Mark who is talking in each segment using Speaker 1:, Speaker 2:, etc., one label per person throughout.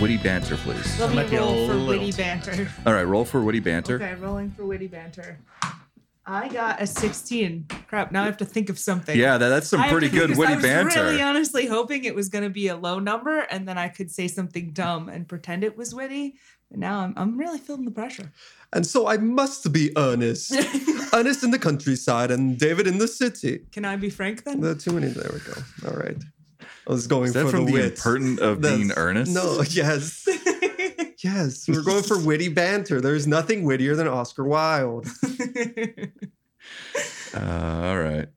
Speaker 1: witty banter, please.
Speaker 2: Let me
Speaker 3: might be a
Speaker 2: roll for
Speaker 3: little
Speaker 2: witty banter.
Speaker 1: All right, roll for witty banter.
Speaker 2: Okay, rolling for witty banter. I got a 16. Crap, now I have to think of something.
Speaker 1: Yeah, that, that's some
Speaker 2: I have
Speaker 1: pretty
Speaker 2: to think
Speaker 1: good
Speaker 2: of-
Speaker 1: witty
Speaker 2: I was
Speaker 1: banter.
Speaker 2: really honestly hoping it was going to be a low number and then I could say something dumb and pretend it was witty. But now I'm, I'm really feeling the pressure.
Speaker 4: And so I must be earnest. Ernest in the countryside and David in the city.
Speaker 2: Can I be frank then?
Speaker 4: There are too many. There we go. All right. I was going
Speaker 1: Is that
Speaker 4: for
Speaker 1: from
Speaker 4: the,
Speaker 1: the,
Speaker 4: wit.
Speaker 1: impertinent of being
Speaker 4: That's-
Speaker 1: earnest?
Speaker 4: No, yes. Yes. We're going for witty banter. There's nothing wittier than Oscar Wilde.
Speaker 1: Uh, all right.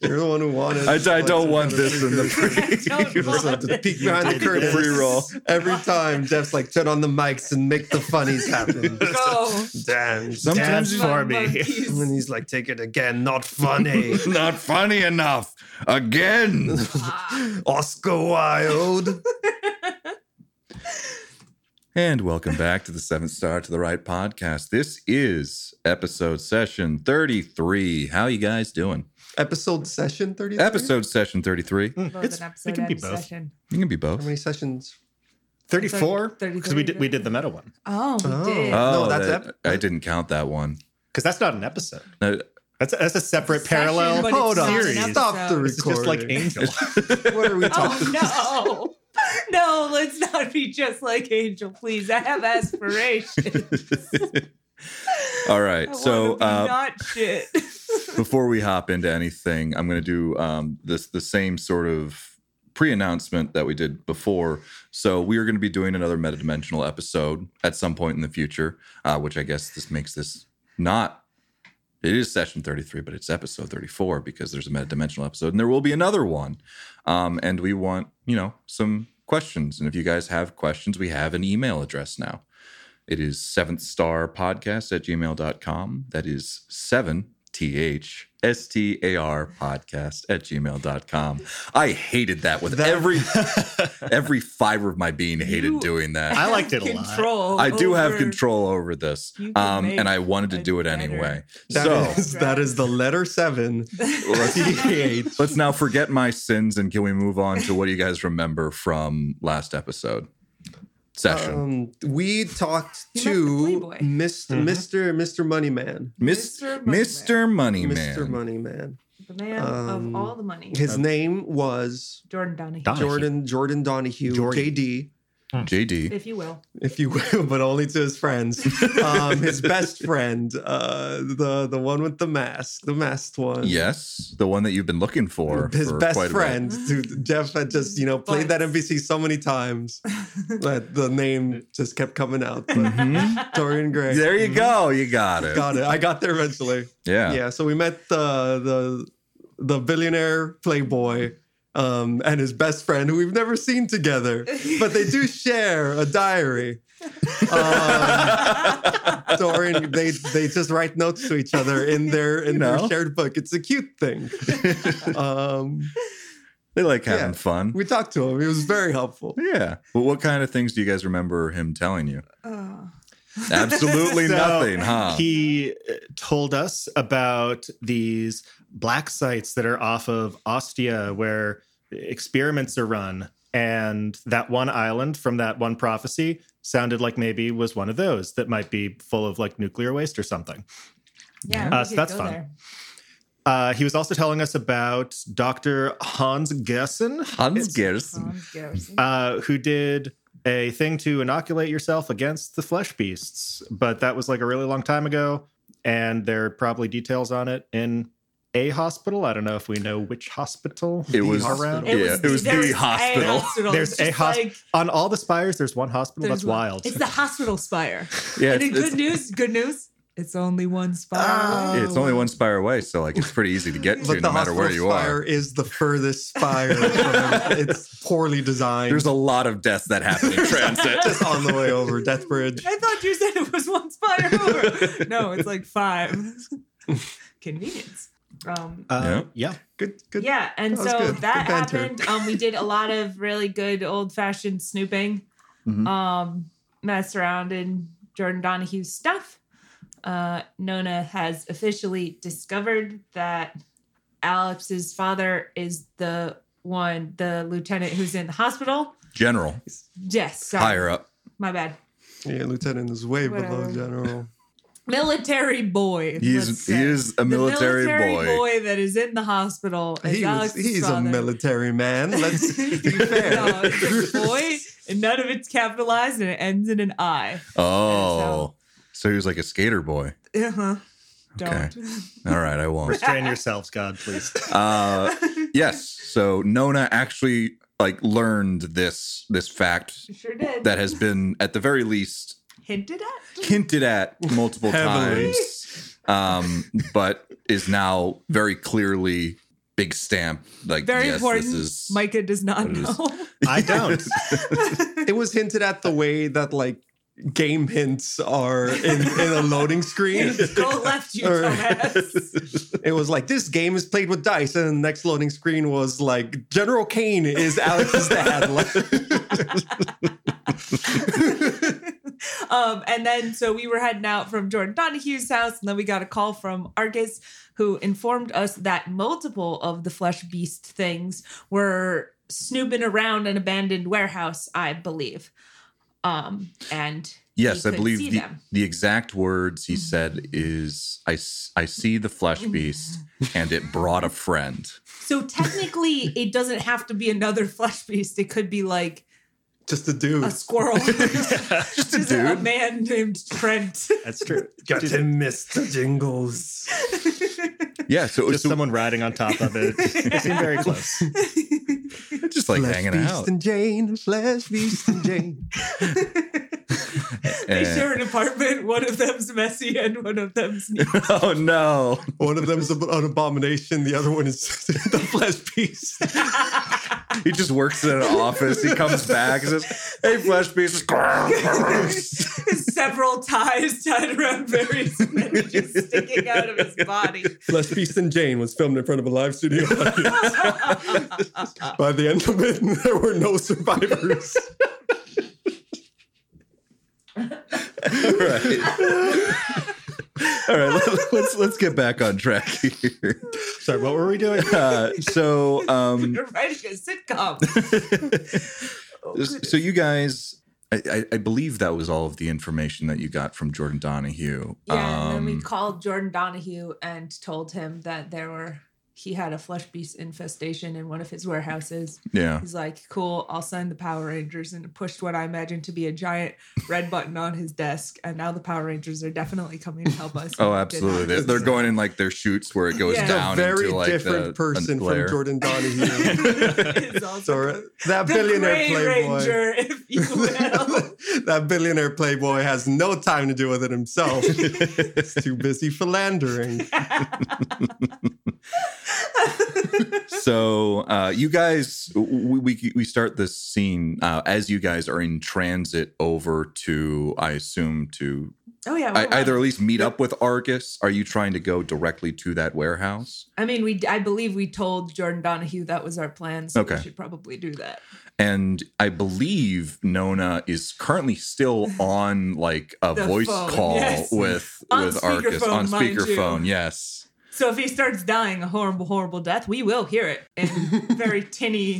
Speaker 4: You're the one who wanted.
Speaker 1: I, I don't want this in the
Speaker 2: Don't
Speaker 1: pre.
Speaker 2: want-
Speaker 4: Just have to peek
Speaker 3: You
Speaker 4: behind the
Speaker 3: did
Speaker 4: curtain.
Speaker 3: this.
Speaker 1: Pre-roll.
Speaker 4: Every time Jeff's like, turn on the mics and make the funnies happen.
Speaker 2: Go.
Speaker 4: Damn.
Speaker 1: Sometimes
Speaker 3: Dad
Speaker 1: you-
Speaker 3: for me.
Speaker 2: Monkeys.
Speaker 4: And then he's like, take it again, not funny.
Speaker 1: Not funny enough. Again.
Speaker 2: Ah,
Speaker 4: Oscar Wilde.
Speaker 1: And welcome back to the Seventh Star to the Right podcast. This is episode session 33. How you guys doing?
Speaker 4: Episode session 30?
Speaker 1: Episode session 33.
Speaker 2: Both
Speaker 3: Mm. It's-
Speaker 2: an
Speaker 3: it
Speaker 2: episode
Speaker 3: can be
Speaker 2: and a
Speaker 3: both.
Speaker 2: session.
Speaker 1: You can be
Speaker 4: How
Speaker 1: both.
Speaker 4: many sessions?
Speaker 3: 34? Because
Speaker 2: 33,
Speaker 3: we did, we did the meta one.
Speaker 2: Oh, we
Speaker 4: Oh.
Speaker 2: did.
Speaker 4: Uh,
Speaker 1: Oh,
Speaker 4: No, that's
Speaker 1: that-
Speaker 4: ep-
Speaker 1: I didn't count that one.
Speaker 3: Because that's not an episode.
Speaker 1: No,
Speaker 3: That's a, that's a separate
Speaker 2: Session,
Speaker 3: parallel.
Speaker 2: but
Speaker 4: Hold
Speaker 2: it's
Speaker 4: on.
Speaker 2: not
Speaker 3: series.
Speaker 2: an
Speaker 4: Stop the
Speaker 2: episode.
Speaker 4: recording.
Speaker 3: It's just like Angel.
Speaker 4: What are we talking
Speaker 2: Oh no. No, let's not be just like Angel, please. I have aspirations.
Speaker 1: All
Speaker 2: I
Speaker 1: right.
Speaker 2: wanna
Speaker 1: So
Speaker 2: be
Speaker 1: uh,
Speaker 2: not shit.
Speaker 1: before we hop into anything, I'm going to do um, this the same sort of pre-announcement that we did before. So we are going to be doing another metadimensional episode at some point in the future, uh, which I guess this makes this not. It is session 33, but it's episode 34 because there's a metadimensional episode, and there will be another one. Um, and we want you know some questions, and if you guys have questions, we have an email address now. It is seventh star podcast at gmail.com. That is seven T H S T A R podcast at gmail.com. I hated that with
Speaker 4: That-
Speaker 1: every every fiber of my being hated
Speaker 2: You-
Speaker 1: doing that.
Speaker 3: I liked it a lot.
Speaker 2: control
Speaker 1: I do have
Speaker 2: over-
Speaker 1: control over this.
Speaker 2: You can
Speaker 1: Um,
Speaker 2: make
Speaker 1: and I wanted to
Speaker 2: it
Speaker 1: do it
Speaker 2: better.
Speaker 1: anyway.
Speaker 4: That
Speaker 1: so
Speaker 4: is- that is the letter seven.
Speaker 1: let's, let's now forget my sins and can we move on to what do you guys remember from last episode session?
Speaker 4: Um, we talked
Speaker 2: He
Speaker 4: to
Speaker 2: left the Playboy.
Speaker 4: Mr.
Speaker 1: Mm-hmm.
Speaker 3: Mhm.
Speaker 4: Mr. Mr. Moneyman.
Speaker 1: Mr. Mr.
Speaker 2: Mr.
Speaker 1: Money Man.
Speaker 4: Mr. Moneyman.
Speaker 2: The man
Speaker 4: Um,
Speaker 2: of all the money.
Speaker 4: His name was
Speaker 2: Jordan Donahue.
Speaker 3: Donahue.
Speaker 4: Jordan Jordan Donahue,
Speaker 3: Jordan.
Speaker 4: JD,
Speaker 1: JD.
Speaker 2: If you will.
Speaker 4: if you will, but only to his friends. Um, his best friend, uh, the the one with the mask, the masked one.
Speaker 1: Yes, the one that you've been looking for.
Speaker 4: his
Speaker 1: for
Speaker 4: best
Speaker 1: quite a bit.
Speaker 4: friend, dude, Jeff had just you know played that
Speaker 2: But-
Speaker 4: NPC so many times that the name just kept coming out. But
Speaker 1: Mhm.
Speaker 4: Dorian Gray,
Speaker 1: There you go. You got it.
Speaker 4: got it. I got there eventually.
Speaker 1: Yeah.
Speaker 4: Yeah. so we met uh, the the the billionaire playboy um, and his best friend, who we've never seen together, but they do share a diary. Um, Dorian, they they just write notes to each other in their in
Speaker 1: You know.
Speaker 4: their shared book. It's a cute thing. Um,
Speaker 1: they like having
Speaker 4: Yeah.
Speaker 1: fun.
Speaker 4: we talked to him. He was very helpful.
Speaker 1: yeah. Well, what kind of things do you guys remember him telling you?
Speaker 2: Uh,
Speaker 1: Absolutely
Speaker 3: So,
Speaker 1: nothing, huh?
Speaker 3: He uh, told us about these black sites that are off of Ostia where experiments are run. And that one island from that one prophecy sounded like maybe was one of those that might be full of like nuclear waste or something.
Speaker 2: yeah.
Speaker 3: Uh,
Speaker 2: we
Speaker 3: so
Speaker 2: could
Speaker 3: that's
Speaker 2: go
Speaker 3: fun.
Speaker 2: there.
Speaker 3: Uh, he was also telling us about Dr. Hans Gessen,
Speaker 1: Hans Gerson.
Speaker 2: Hans Garrison.
Speaker 3: uh, who did a thing to inoculate yourself against the flesh beasts, but that was like a really long time ago, and there are probably details on it in a hospital. I don't know if we know which hospital
Speaker 1: It was,
Speaker 3: around.
Speaker 1: yeah, it was
Speaker 2: there
Speaker 1: the
Speaker 2: a
Speaker 1: hospital.
Speaker 3: There's
Speaker 2: It's
Speaker 3: a
Speaker 2: just
Speaker 3: hosp-
Speaker 2: like-
Speaker 3: on all the spires. There's one hospital
Speaker 2: there's
Speaker 3: that's
Speaker 2: one-
Speaker 3: wild.
Speaker 2: It's the hospital spire.
Speaker 1: Yeah,
Speaker 2: and
Speaker 1: it's,
Speaker 2: in good
Speaker 1: it's,
Speaker 2: news, good news, it's only one spire.
Speaker 4: Ah.
Speaker 1: it's only one spire away, so like it's pretty easy to get to, no
Speaker 4: But the
Speaker 1: matter
Speaker 4: hospital
Speaker 1: where you
Speaker 4: spire
Speaker 1: are.
Speaker 4: is the furthest spire. from- it's poorly designed.
Speaker 1: There's a lot of deaths that happen in transit.
Speaker 4: just on the way over Death Bridge.
Speaker 2: I thought you said it was one spire over. no, it's like five. Convenience. Um,
Speaker 3: Uh, yeah.
Speaker 4: Good, good.
Speaker 2: yeah, and
Speaker 4: that was
Speaker 2: so
Speaker 4: good.
Speaker 2: that
Speaker 4: Good banter.
Speaker 2: happened. Um, we did a lot of really good old fashioned snooping.
Speaker 1: Mhm.
Speaker 4: Mm-hmm.
Speaker 2: Um, messed around in Jordan Donahue's stuff. Uh, Nona has officially discovered that Alex's father is the one, the lieutenant who's in the hospital.
Speaker 1: General,
Speaker 2: Yes, sorry.
Speaker 1: higher up.
Speaker 2: My bad.
Speaker 4: Yeah, lieutenant is way
Speaker 2: Whatever.
Speaker 4: below general.
Speaker 2: Military boy.
Speaker 1: He
Speaker 2: let's
Speaker 1: is he
Speaker 2: say.
Speaker 1: is a
Speaker 2: The
Speaker 1: military,
Speaker 2: military
Speaker 1: boy.
Speaker 2: boy that is in the hospital. as
Speaker 4: He was,
Speaker 2: Alex's
Speaker 4: he's a
Speaker 2: father.
Speaker 4: military man. Let's be fair.
Speaker 2: No, it's a boy, and none of it's capitalized, and it ends in an I.
Speaker 1: Oh, so he was like a skater boy.
Speaker 2: Uh
Speaker 1: Uh-huh.
Speaker 2: huh.
Speaker 1: Okay.
Speaker 2: Don't.
Speaker 1: All right, I won't.
Speaker 3: Restrain yourselves, God, please.
Speaker 1: Uh, yes, so Nona actually like learned this this fact
Speaker 2: Sure did.
Speaker 1: that has been at the very least
Speaker 2: hinted at.
Speaker 1: hinted at multiple
Speaker 4: Heavily.
Speaker 1: times, um, but is now very clearly big stamp. Like
Speaker 2: Very
Speaker 1: yes,
Speaker 2: important.
Speaker 1: This is
Speaker 2: Micah does not
Speaker 1: What is-
Speaker 2: know.
Speaker 3: I don't.
Speaker 4: It was hinted at the way that like game hints are in, in a loading screen.
Speaker 2: Go left, you
Speaker 4: Or-
Speaker 2: dumbass.
Speaker 4: It was like this game is played with dice, and the next loading screen was like General Kane is Alex's dad.
Speaker 2: um, and then so we were heading out from Jordan Donahue's house, and then we got a call from Argus, who informed us that multiple of the flesh beast things were snooping around an abandoned warehouse, I believe. Um, and
Speaker 1: Yes,
Speaker 2: he
Speaker 1: I
Speaker 2: could
Speaker 1: believe
Speaker 2: see
Speaker 1: the,
Speaker 2: them. Mm-hmm.
Speaker 1: the exact words he said is I, s- I see the flesh beast and it brought a friend.
Speaker 2: So technically, it doesn't have to be another flesh beast. It could be like
Speaker 4: Just a dude.
Speaker 2: a squirrel, just
Speaker 1: a
Speaker 2: a
Speaker 1: dude.
Speaker 2: man named Trent.
Speaker 3: That's true.
Speaker 4: Got
Speaker 3: Just-
Speaker 4: him, Mr. Jingles.
Speaker 1: Yeah, so it was
Speaker 3: Just someone riding on top of it. It seemed very close.
Speaker 1: just like
Speaker 4: Flesh
Speaker 1: hanging
Speaker 4: Beast
Speaker 1: out.
Speaker 4: and Jane, Flash Beast and Jane.
Speaker 2: They
Speaker 1: Eh.
Speaker 2: share an apartment. One of them's messy, and one of them's neat.
Speaker 1: oh no.
Speaker 4: One of them's ab- an abomination. The other one is the Flash Beast.
Speaker 1: He just works in an office. He comes back and says, Hey, flesh beast.
Speaker 2: several ties tied around various men just sticking out of his body.
Speaker 4: Flash Beast and Jane was filmed in front of a live studio. audience. By the end of it, there were no survivors.
Speaker 1: All right. All right, let- let's let's get back on track here.
Speaker 3: Sorry, what were we doing?
Speaker 1: Uh, so um
Speaker 2: You're writing a sitcom.
Speaker 1: so you guys I, I, I believe that was all of the information that you got from Jordan Donahue.
Speaker 2: Yeah, and then we
Speaker 1: Um,
Speaker 2: called Jordan Donahue and told him that there were he had a flesh beast infestation in one of his warehouses.
Speaker 1: yeah.
Speaker 2: He's like, "Cool, I'll send the Power Rangers," and pushed what I imagine to be a giant red button on his desk. And now the Power Rangers are definitely coming to help us.
Speaker 1: Oh, absolutely. They're, they're going in like their shoots where it goes
Speaker 2: Yeah.
Speaker 1: down.
Speaker 4: a very
Speaker 1: into, like,
Speaker 4: different
Speaker 1: the-
Speaker 4: person
Speaker 1: the layer.
Speaker 4: from Jordan Donahue.
Speaker 2: It's also
Speaker 4: So uh, that
Speaker 2: the
Speaker 4: billionaire
Speaker 2: Grey
Speaker 4: playboy.
Speaker 2: Ranger, if you will.
Speaker 4: that billionaire playboy has no time to do with it himself. He's too busy philandering.
Speaker 1: So uh, you guys, we, we we start this scene uh, as you guys are in transit over to, I assume to
Speaker 2: oh yeah,
Speaker 1: I,
Speaker 2: we're
Speaker 1: either at least meet up with Argus. Are you trying to go directly to that warehouse?
Speaker 2: I mean, we I believe we told Jordan Donahue that was our plan, so
Speaker 1: Okay.
Speaker 2: we should probably do that.
Speaker 1: and I believe Nona is currently still on like a
Speaker 2: The
Speaker 1: voice
Speaker 2: phone,
Speaker 1: call
Speaker 2: yes.
Speaker 1: with
Speaker 2: On
Speaker 1: with Arcus
Speaker 2: speakerphone,
Speaker 1: on
Speaker 2: mind you.
Speaker 1: speakerphone. Yes,
Speaker 2: So if he starts dying a horrible, horrible death, we will hear it in very tinny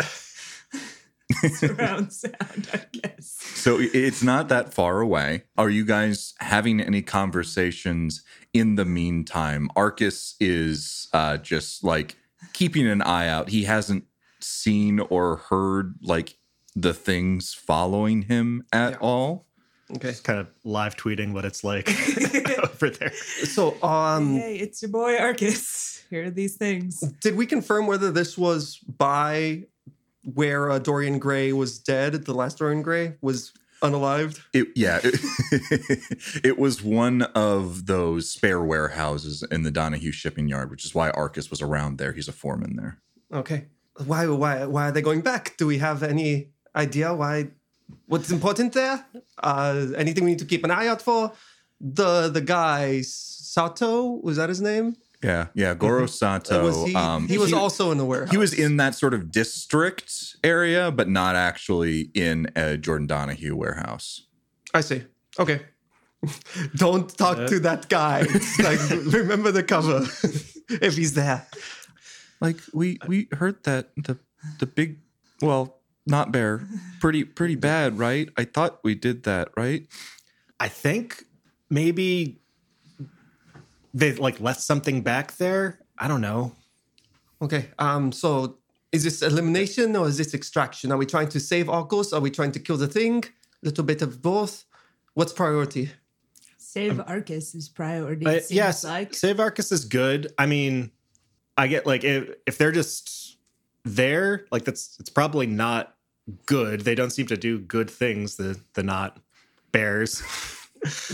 Speaker 2: surround sound, I guess.
Speaker 1: so i- it's not that far away. Are you guys having any conversations in the meantime? Arcus is uh, just like keeping an eye out. He hasn't seen or heard like the things following him at
Speaker 4: Yeah.
Speaker 1: all.
Speaker 4: Okay.
Speaker 3: Kind of live tweeting what it's like over there.
Speaker 4: So um
Speaker 2: hey, it's your boy Arcus. Here are these things.
Speaker 4: did we confirm whether this was by where uh, Dorian Gray was dead, the last Dorian Gray was unalived?
Speaker 1: It, yeah, it, it was one of those spare warehouses in the Donahue shipping yard, which is why Arcus was around there. He's a foreman there.
Speaker 4: Okay. Why why why are they going back? Do we have any idea why what's important there? Uh anything we need to keep an eye out for? The the guy Sato, was that his name?
Speaker 1: Yeah, yeah. Goro Sato.
Speaker 4: Mm-hmm. Uh, was he,
Speaker 1: um,
Speaker 4: he was also in the warehouse.
Speaker 1: he was in that sort of district area, but not actually in a Jordan Donahue warehouse.
Speaker 4: I see. Okay. Don't talk
Speaker 3: Uh.
Speaker 4: to that guy. It's like remember the cover if he's there.
Speaker 1: Like we we heard that the the big well not bear. Pretty pretty bad, right? I thought we did that, right?
Speaker 3: I think maybe they like left something back there. I don't know.
Speaker 4: Okay. Um. So is this elimination or is this extraction? Are we trying to save Arcos? Are we trying to kill the thing? Little bit of both. What's priority?
Speaker 2: Save Arcus is priority.
Speaker 3: But
Speaker 2: it seems
Speaker 3: yes,
Speaker 2: like
Speaker 3: Save Arcus is good. I mean, I get like if if they're just there, like that's it's probably not good. They don't seem to do good things. The the not bears.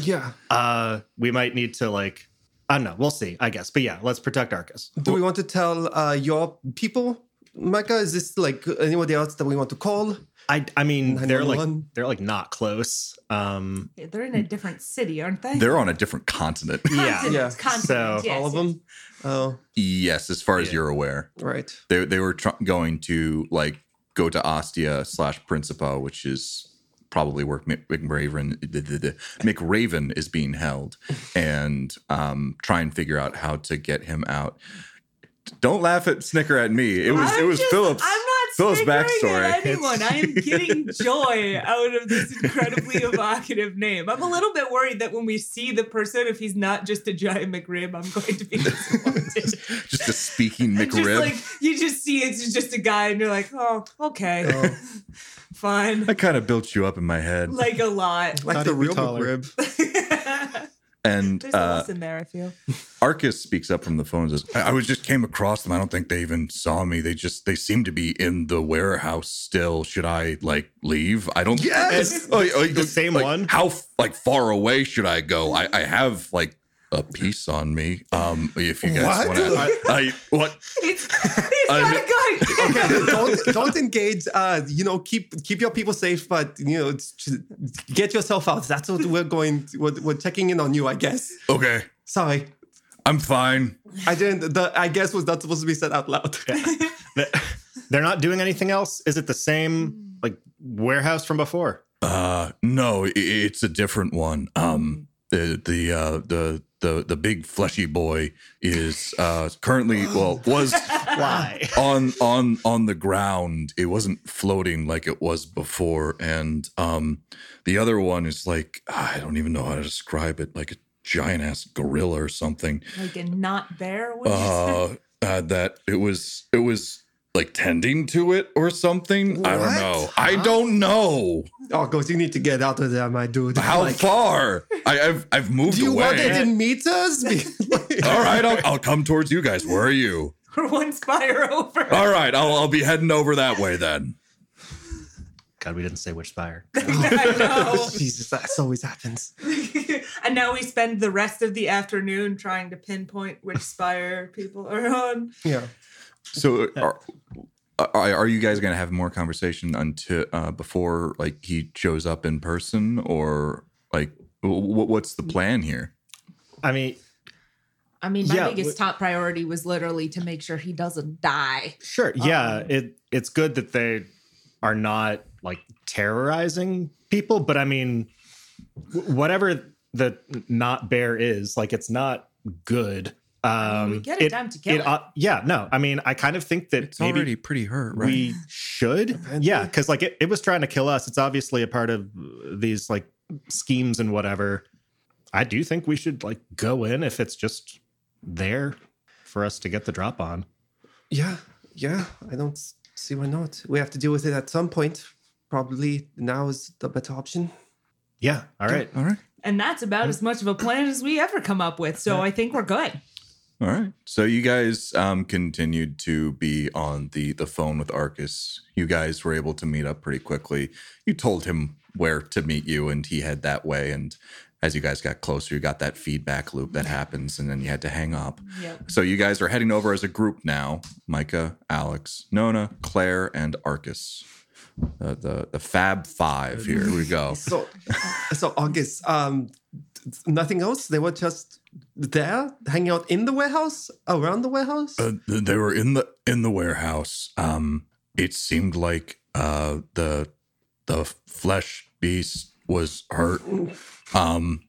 Speaker 4: Yeah.
Speaker 3: Uh, we might need to like I don't know. We'll see. I guess. But yeah, let's protect Arcus.
Speaker 4: Do we want to tell uh, your people, Micah? Is this like anybody else that we want to call?
Speaker 3: I I mean they're like
Speaker 4: 911?
Speaker 3: they're like not close. Um,
Speaker 2: they're in a different city, aren't they?
Speaker 1: They're on a different continent.
Speaker 3: yeah.
Speaker 4: Yeah.
Speaker 2: Continent,
Speaker 3: So-
Speaker 2: yes,
Speaker 4: All
Speaker 2: yes.
Speaker 4: of them? Oh,
Speaker 1: yes, as far as
Speaker 3: Yeah.
Speaker 1: you're aware.
Speaker 4: right.
Speaker 1: They they were tr- going to like go to Ostia slash Principa, which is probably where Mc- McRaven the- the- the- McRaven is being held, and um, try and figure out how to get him out. Don't laugh at snicker at me. It was
Speaker 2: I'm
Speaker 1: it was
Speaker 2: just-
Speaker 1: Phillips.
Speaker 2: I'm not
Speaker 1: Phillips'
Speaker 2: Phillips backstory.
Speaker 1: backstory.
Speaker 2: At anyone, I am getting joy out of this incredibly evocative name. I'm a little bit worried that when we see the person, if he's not just a giant McRib, I'm going to be disappointed.
Speaker 1: Just a speaking
Speaker 2: Just
Speaker 1: McRib.
Speaker 2: like you just see it's just a guy, and you're like, oh, okay,
Speaker 4: Oh.
Speaker 2: fine,
Speaker 1: I kind of built you up in my head,
Speaker 2: like a lot.
Speaker 4: Like
Speaker 1: Uh,
Speaker 3: Thought
Speaker 4: the
Speaker 3: he'd be
Speaker 4: real
Speaker 3: taller.
Speaker 4: McRib.
Speaker 2: There's
Speaker 1: and
Speaker 2: a
Speaker 1: uh,
Speaker 2: lesson there. I feel.
Speaker 1: Arcus speaks up from the phone and says, I, I was just came across them. I don't think they even saw me. They just they seem to be in the warehouse still. Should I like leave? I don't
Speaker 3: Yes!
Speaker 1: Oh, oh,
Speaker 3: The same
Speaker 1: like,
Speaker 3: one?
Speaker 1: How f- like far away should I go? I, I have like a piece on me. Um if you guys want
Speaker 4: What?
Speaker 1: to I, I what
Speaker 2: It's, it's
Speaker 1: I-
Speaker 2: not a guy.
Speaker 4: Okay, don't, don't engage. Uh, you know, keep keep your people safe, but you know, it's just- get yourself out. That's what we're going. we're, we're checking in on you, I guess.
Speaker 1: okay.
Speaker 4: Sorry,
Speaker 1: I'm fine.
Speaker 4: I didn't. The I guess was not supposed to be said out loud.
Speaker 3: They- they're not doing anything else. Is it the
Speaker 2: Hmm.
Speaker 3: same like warehouse from before?
Speaker 1: Uh no, i it's a different one. Um the the uh the the the big fleshy boy is uh currently well was
Speaker 3: Why?
Speaker 1: on on on the ground it wasn't floating like it was before and um the other one is like i don't even know how to describe it like a giant ass gorilla or something
Speaker 2: Like a not bear. What did you say?
Speaker 1: uh, uh that it was it was like tending to it or something i don't
Speaker 4: What?
Speaker 1: know i don't know
Speaker 4: Oh, goes, you need to get out of there, Oh my dude.
Speaker 1: how
Speaker 4: Like,
Speaker 1: far I, i've i've moved
Speaker 4: Do you want it
Speaker 1: away
Speaker 4: in meters? Be-
Speaker 1: all right I'll, I'll come towards you guys where are you
Speaker 2: We're one spire over.
Speaker 1: all right i'll, I'll be heading over that way then
Speaker 3: God, we didn't say which spire.
Speaker 2: I
Speaker 4: Jesus, that always happens.
Speaker 2: know. and now we spend the rest of the afternoon trying to pinpoint which spire people are on.
Speaker 4: Yeah.
Speaker 1: So are, are are you guys gonna have more conversation until uh, before like he shows up in person or like w- what's the plan here?
Speaker 3: I mean,
Speaker 2: I mean, my
Speaker 3: Yeah,
Speaker 2: biggest top priority was literally to make sure he doesn't die.
Speaker 3: sure. Yeah,
Speaker 2: Oh.
Speaker 3: it it's good that they are not like terrorizing people, but I mean, wh- whatever the not bear is, like it's not good. Um,
Speaker 2: we get it time to kill it.
Speaker 3: ought- yeah, no. I mean, I kind of think that maybe
Speaker 1: pretty hurt,
Speaker 3: we should yeah because like it, it was trying to kill us it's obviously a part of these like schemes and whatever i do think we should like go in if it's just there for us to get the drop on
Speaker 4: Yeah. Yeah. I don't s- see why not. We have to deal with it at some point. Probably now is the better option.
Speaker 3: yeah all right
Speaker 1: All right.
Speaker 2: And that's about as much of a plan as we ever come up with. So I think we're good.
Speaker 1: All right. So you guys um, continued to be on the the phone with Arcus. You guys were able to meet up pretty quickly. You told him where to meet you, and he head that way. And as you guys got closer, you got that feedback loop that happens, and then you had to hang up.
Speaker 2: Yep.
Speaker 1: So you guys are heading over as a group now: Micah, Alex, Nona, Claire, and Arcus. The the, the Fab Five. Here we go.
Speaker 4: So, so August, um, th- nothing else? They were just there, hanging out in the warehouse, around the warehouse?
Speaker 1: Uh, th- they were in the in the warehouse. Um, it seemed like uh, the the flesh beast was hurt. Um,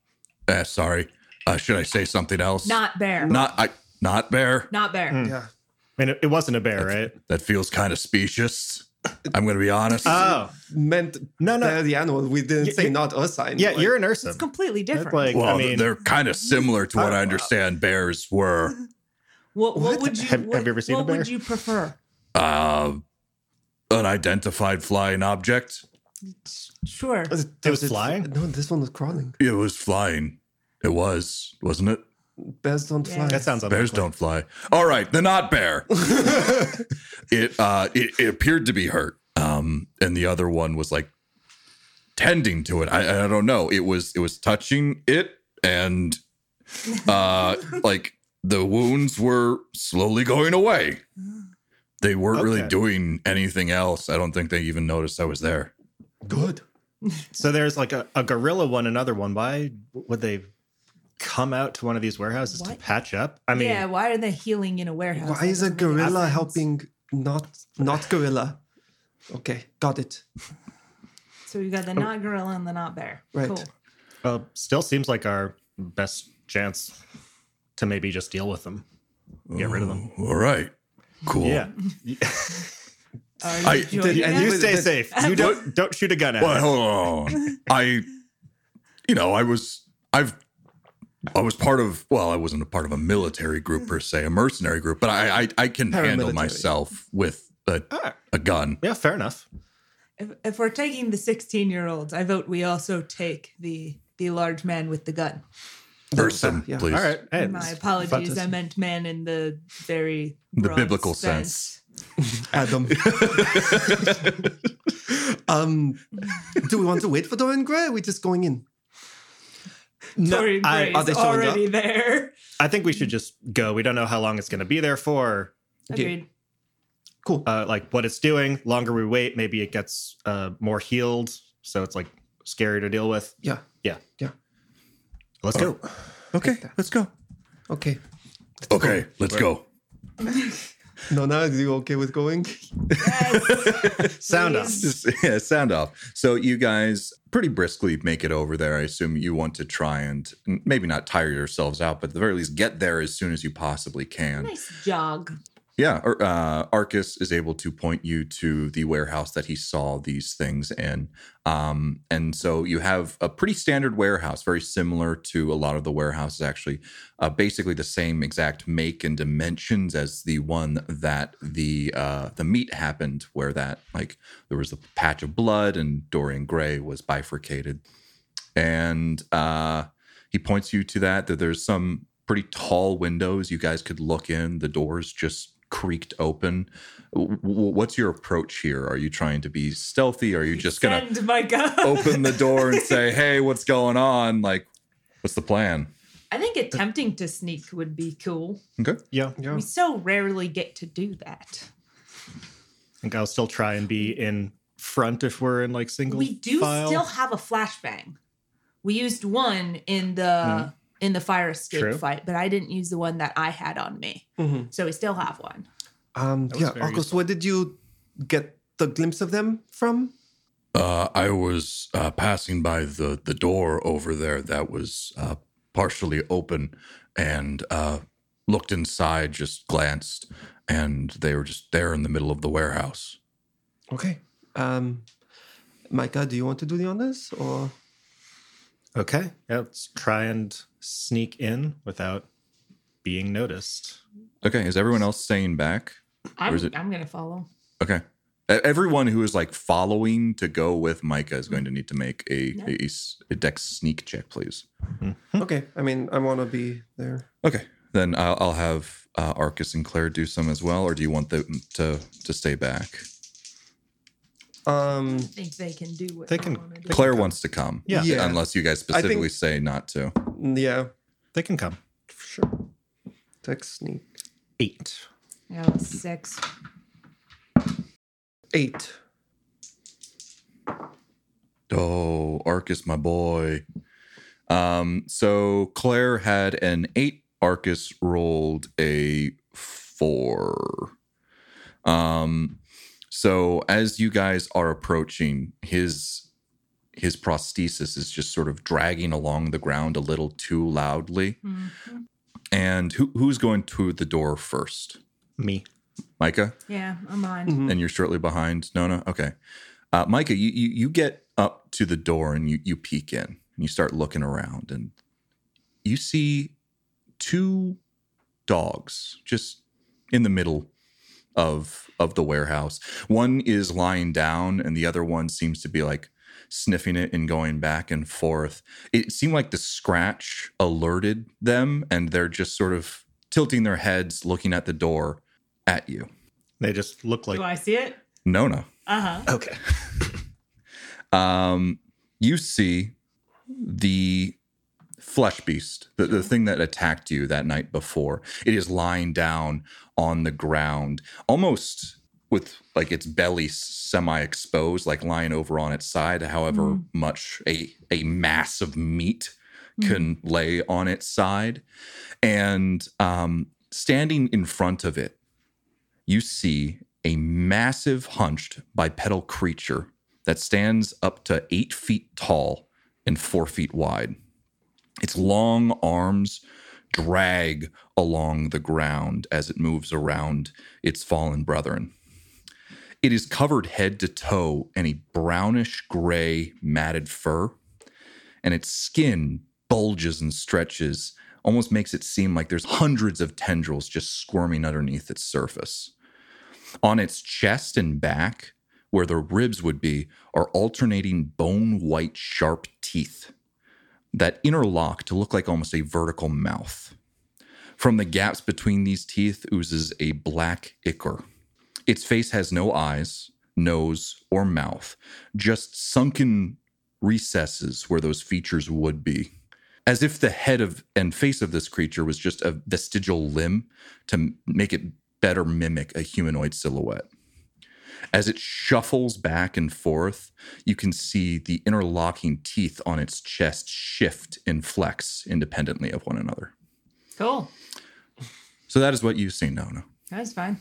Speaker 1: eh, sorry. Uh, should I say something else?
Speaker 2: Not bear.
Speaker 1: not I not bear.
Speaker 2: Not bear.
Speaker 3: Hmm.
Speaker 4: yeah.
Speaker 3: and it, it wasn't a bear right
Speaker 1: That feels kind of specious. I'm going to be honest.
Speaker 3: Oh,
Speaker 4: meant
Speaker 3: No,
Speaker 4: no,
Speaker 3: no.
Speaker 4: no. the animal. We didn't
Speaker 3: Y-
Speaker 4: say
Speaker 3: y-
Speaker 4: not us. I
Speaker 3: yeah,
Speaker 4: know.
Speaker 3: you're an Ursa.
Speaker 2: It's completely different.
Speaker 3: like-
Speaker 1: well,
Speaker 3: I mean-
Speaker 1: they're kind of similar to what
Speaker 3: Oh,
Speaker 1: I understand bears were.
Speaker 2: what, what
Speaker 4: What?
Speaker 2: would you
Speaker 3: Have-
Speaker 2: what,
Speaker 3: have you ever seen a
Speaker 2: what
Speaker 3: bear?
Speaker 2: would you prefer?
Speaker 1: Uh, unidentified flying object.
Speaker 2: Sure.
Speaker 4: Does
Speaker 3: It was
Speaker 4: does
Speaker 3: flying?
Speaker 4: No, this one was crawling.
Speaker 1: It was flying. It was, wasn't it?
Speaker 4: Bears don't
Speaker 2: Yeah.
Speaker 4: fly.
Speaker 3: That sounds
Speaker 1: Bears
Speaker 3: unlikely.
Speaker 1: don't fly. All right, the not bear. it, uh, it it appeared to be hurt, um, and the other one was like tending to it. I, I don't know. It was it was touching it, and uh, like the wounds were slowly going away. They weren't really
Speaker 3: Okay.
Speaker 1: doing anything else. I don't think they even noticed I was there.
Speaker 4: good.
Speaker 3: So there's like a, a gorilla one, another one. Why would they come out to one of these warehouses to
Speaker 2: What?
Speaker 3: patch up? I mean,
Speaker 2: yeah, why are they healing in a warehouse?
Speaker 4: Why
Speaker 2: That
Speaker 4: is
Speaker 2: doesn't
Speaker 4: a
Speaker 2: make
Speaker 4: gorilla
Speaker 2: sense.
Speaker 4: helping? Not not gorilla. Okay, got it.
Speaker 2: So we've got the
Speaker 3: Oh.
Speaker 2: not gorilla and the not bear.
Speaker 4: Right.
Speaker 2: Cool.
Speaker 3: well, uh, still seems like our best chance to maybe just deal with them, get rid of them.
Speaker 1: All right, cool.
Speaker 3: Yeah,
Speaker 2: Are you
Speaker 1: I-
Speaker 2: joining
Speaker 4: and
Speaker 2: us?
Speaker 3: you
Speaker 4: with
Speaker 3: stay
Speaker 4: the-
Speaker 3: safe. You don't don't shoot a gun at.
Speaker 1: Well,
Speaker 3: us.
Speaker 1: hold on. I, you know, I was, I've, I was part of. Well, I wasn't a part of a military group per se, a mercenary group, but I, I, I can handle
Speaker 4: Paramilitary.
Speaker 1: myself with a,
Speaker 3: Ah,
Speaker 1: a gun.
Speaker 3: yeah, fair enough.
Speaker 2: if, if we're taking the 16 year olds, I vote we also take the the large man with the gun.
Speaker 1: Person,
Speaker 4: yeah.
Speaker 1: please.
Speaker 3: All right. Hey,
Speaker 2: My apologies, I
Speaker 4: fantastic.
Speaker 2: meant man in the very
Speaker 1: The
Speaker 2: broad
Speaker 1: biblical
Speaker 4: Adam. um, do we want to wait for Dorian Gray? Or we're just going in.
Speaker 3: no,
Speaker 2: Dorian
Speaker 3: I,
Speaker 2: Gray's
Speaker 4: are they showing
Speaker 2: already there.
Speaker 3: I think we should just go. We don't know how long it's going to be there for.
Speaker 4: Okay.
Speaker 2: Agreed.
Speaker 4: Cool.
Speaker 3: uh, like what it's doing. Longer we wait, maybe it gets uh, more healed, so it's like scarier to deal with.
Speaker 4: yeah.
Speaker 3: Yeah,
Speaker 4: Yeah.
Speaker 3: let's go.
Speaker 1: Okay, let's go.
Speaker 4: Okay.
Speaker 1: Okay, let's go.
Speaker 4: No, now are you okay with going?
Speaker 2: Please.
Speaker 3: Sound us.
Speaker 1: Just yeah, sound off. So you guys pretty briskly make it over there. I assume you want to try and n- maybe not tire yourselves out, but at the very least get there as soon as you possibly can.
Speaker 2: Nice jog.
Speaker 1: Yeah, Ar- uh, Arcus is able to point you to the warehouse that he saw these things in, um, and so you have a pretty standard warehouse, very similar to a lot of the warehouses. Actually, uh, basically the same exact make and dimensions as the one that the uh, the meet happened, where that like there was a patch of blood and Dorian Gray was bifurcated, and uh, he points you to that that there's some pretty tall windows you guys could look in the doors just creaked open W- w- what's your approach here are you trying to be stealthy are you just gonna
Speaker 2: Send my gun.
Speaker 1: open the door and say hey what's going on like what's the plan
Speaker 2: I think attempting to sneak would be cool.
Speaker 1: okay
Speaker 3: Yeah,
Speaker 4: Yeah.
Speaker 2: We so rarely get to do that.
Speaker 3: I think I'll still try and be in front if we're in like single.
Speaker 2: We do
Speaker 3: file.
Speaker 2: still have a flashbang. We used one in the
Speaker 1: Mm-hmm.
Speaker 2: in the fire escape
Speaker 3: True.
Speaker 2: fight, but I didn't use the one that I had on me.
Speaker 4: Mhm.
Speaker 2: So we still have one.
Speaker 4: Um,
Speaker 3: That was
Speaker 4: yeah,
Speaker 3: very
Speaker 4: Arcos,
Speaker 3: useful.
Speaker 4: where did you get the glimpse of them from?
Speaker 1: uh, i was uh, passing by the the door over there that was uh, partially open and uh, looked inside just glanced and they were just there in the middle of the warehouse
Speaker 4: Okay. Um, Micah, do you want to do the honors or?
Speaker 3: Okay, yeah, let's try and sneak in without being noticed.
Speaker 1: Okay, is everyone else staying back?
Speaker 2: I'm,
Speaker 1: is it-
Speaker 2: I'm gonna follow.
Speaker 1: Okay. E- Everyone who is like following to go with Micah is going to need to make a
Speaker 2: Yeah.
Speaker 1: a, s- a dex sneak check, please.
Speaker 4: Okay. I mean, I want to be there.
Speaker 1: Okay, then I'll, I'll have uh, Arcus and Claire do some as well, or do you want them to to stay back?
Speaker 4: Um,
Speaker 2: I think they can do what
Speaker 3: They
Speaker 2: they
Speaker 3: can-
Speaker 2: want to do.
Speaker 3: they
Speaker 1: Claire wants to come,
Speaker 3: Yeah.
Speaker 4: Yeah.
Speaker 1: unless you guys
Speaker 4: I think-
Speaker 1: specifically say not to.
Speaker 4: yeah.
Speaker 3: They can come.
Speaker 4: Sure. Tech sneak.
Speaker 3: Eight.
Speaker 2: Yeah, it was six.
Speaker 4: Eight.
Speaker 1: Oh, Arcus, my boy. Um, so Claire had an eight. Arcus rolled a four. Um, so as you guys are approaching, his his prosthesis is just sort of dragging along the ground a little too loudly.
Speaker 2: Mhm.
Speaker 1: And who who's going to the door first?
Speaker 3: Me.
Speaker 1: Micah?
Speaker 2: Yeah, I'm on.
Speaker 4: Mhm.
Speaker 1: and you're shortly behind Nona. Okay, uh, Micah, you, you you get up to the door and you you peek in and you start looking around and you see two dogs just in the middle of of the warehouse. One is lying down and the other one seems to be like sniffing it and going back and forth. It seemed like the scratch alerted them and they're just sort of tilting their heads looking at the door at you.
Speaker 3: They just look like
Speaker 2: Do I see it?
Speaker 1: Nona.
Speaker 2: Uh huh.
Speaker 3: okay.
Speaker 1: um, you see the flesh beast, the, the thing that attacked you that night before. It is lying down on the ground, almost with like its belly semi exposed, like lying over on its side, however
Speaker 2: Mhm.
Speaker 1: much a, a mass of meat can lay on its side. And um, standing in front of it, you see a massive hunched bipedal creature that stands up to eight feet tall and four feet wide. Its long arms drag along the ground as it moves around its fallen brethren. It is covered head to toe in a brownish gray matted fur, and its skin bulges and stretches, almost makes it seem like there's hundreds of tendrils just squirming underneath its surface. On its chest and back, where the ribs would be, are alternating bone white sharp teeth that interlock to look like almost a vertical mouth. From the gaps between these teeth oozes a black ichor. Its face has no eyes, nose, or mouth, just sunken recesses where those features would be. As if the head of and face of this creature was just a vestigial limb to m- make it better mimic a humanoid silhouette. As it shuffles back and forth, you can see the interlocking teeth on its chest shift and flex independently of one another.
Speaker 2: Cool.
Speaker 1: So that is what you've seen, Nona.
Speaker 2: That was fine.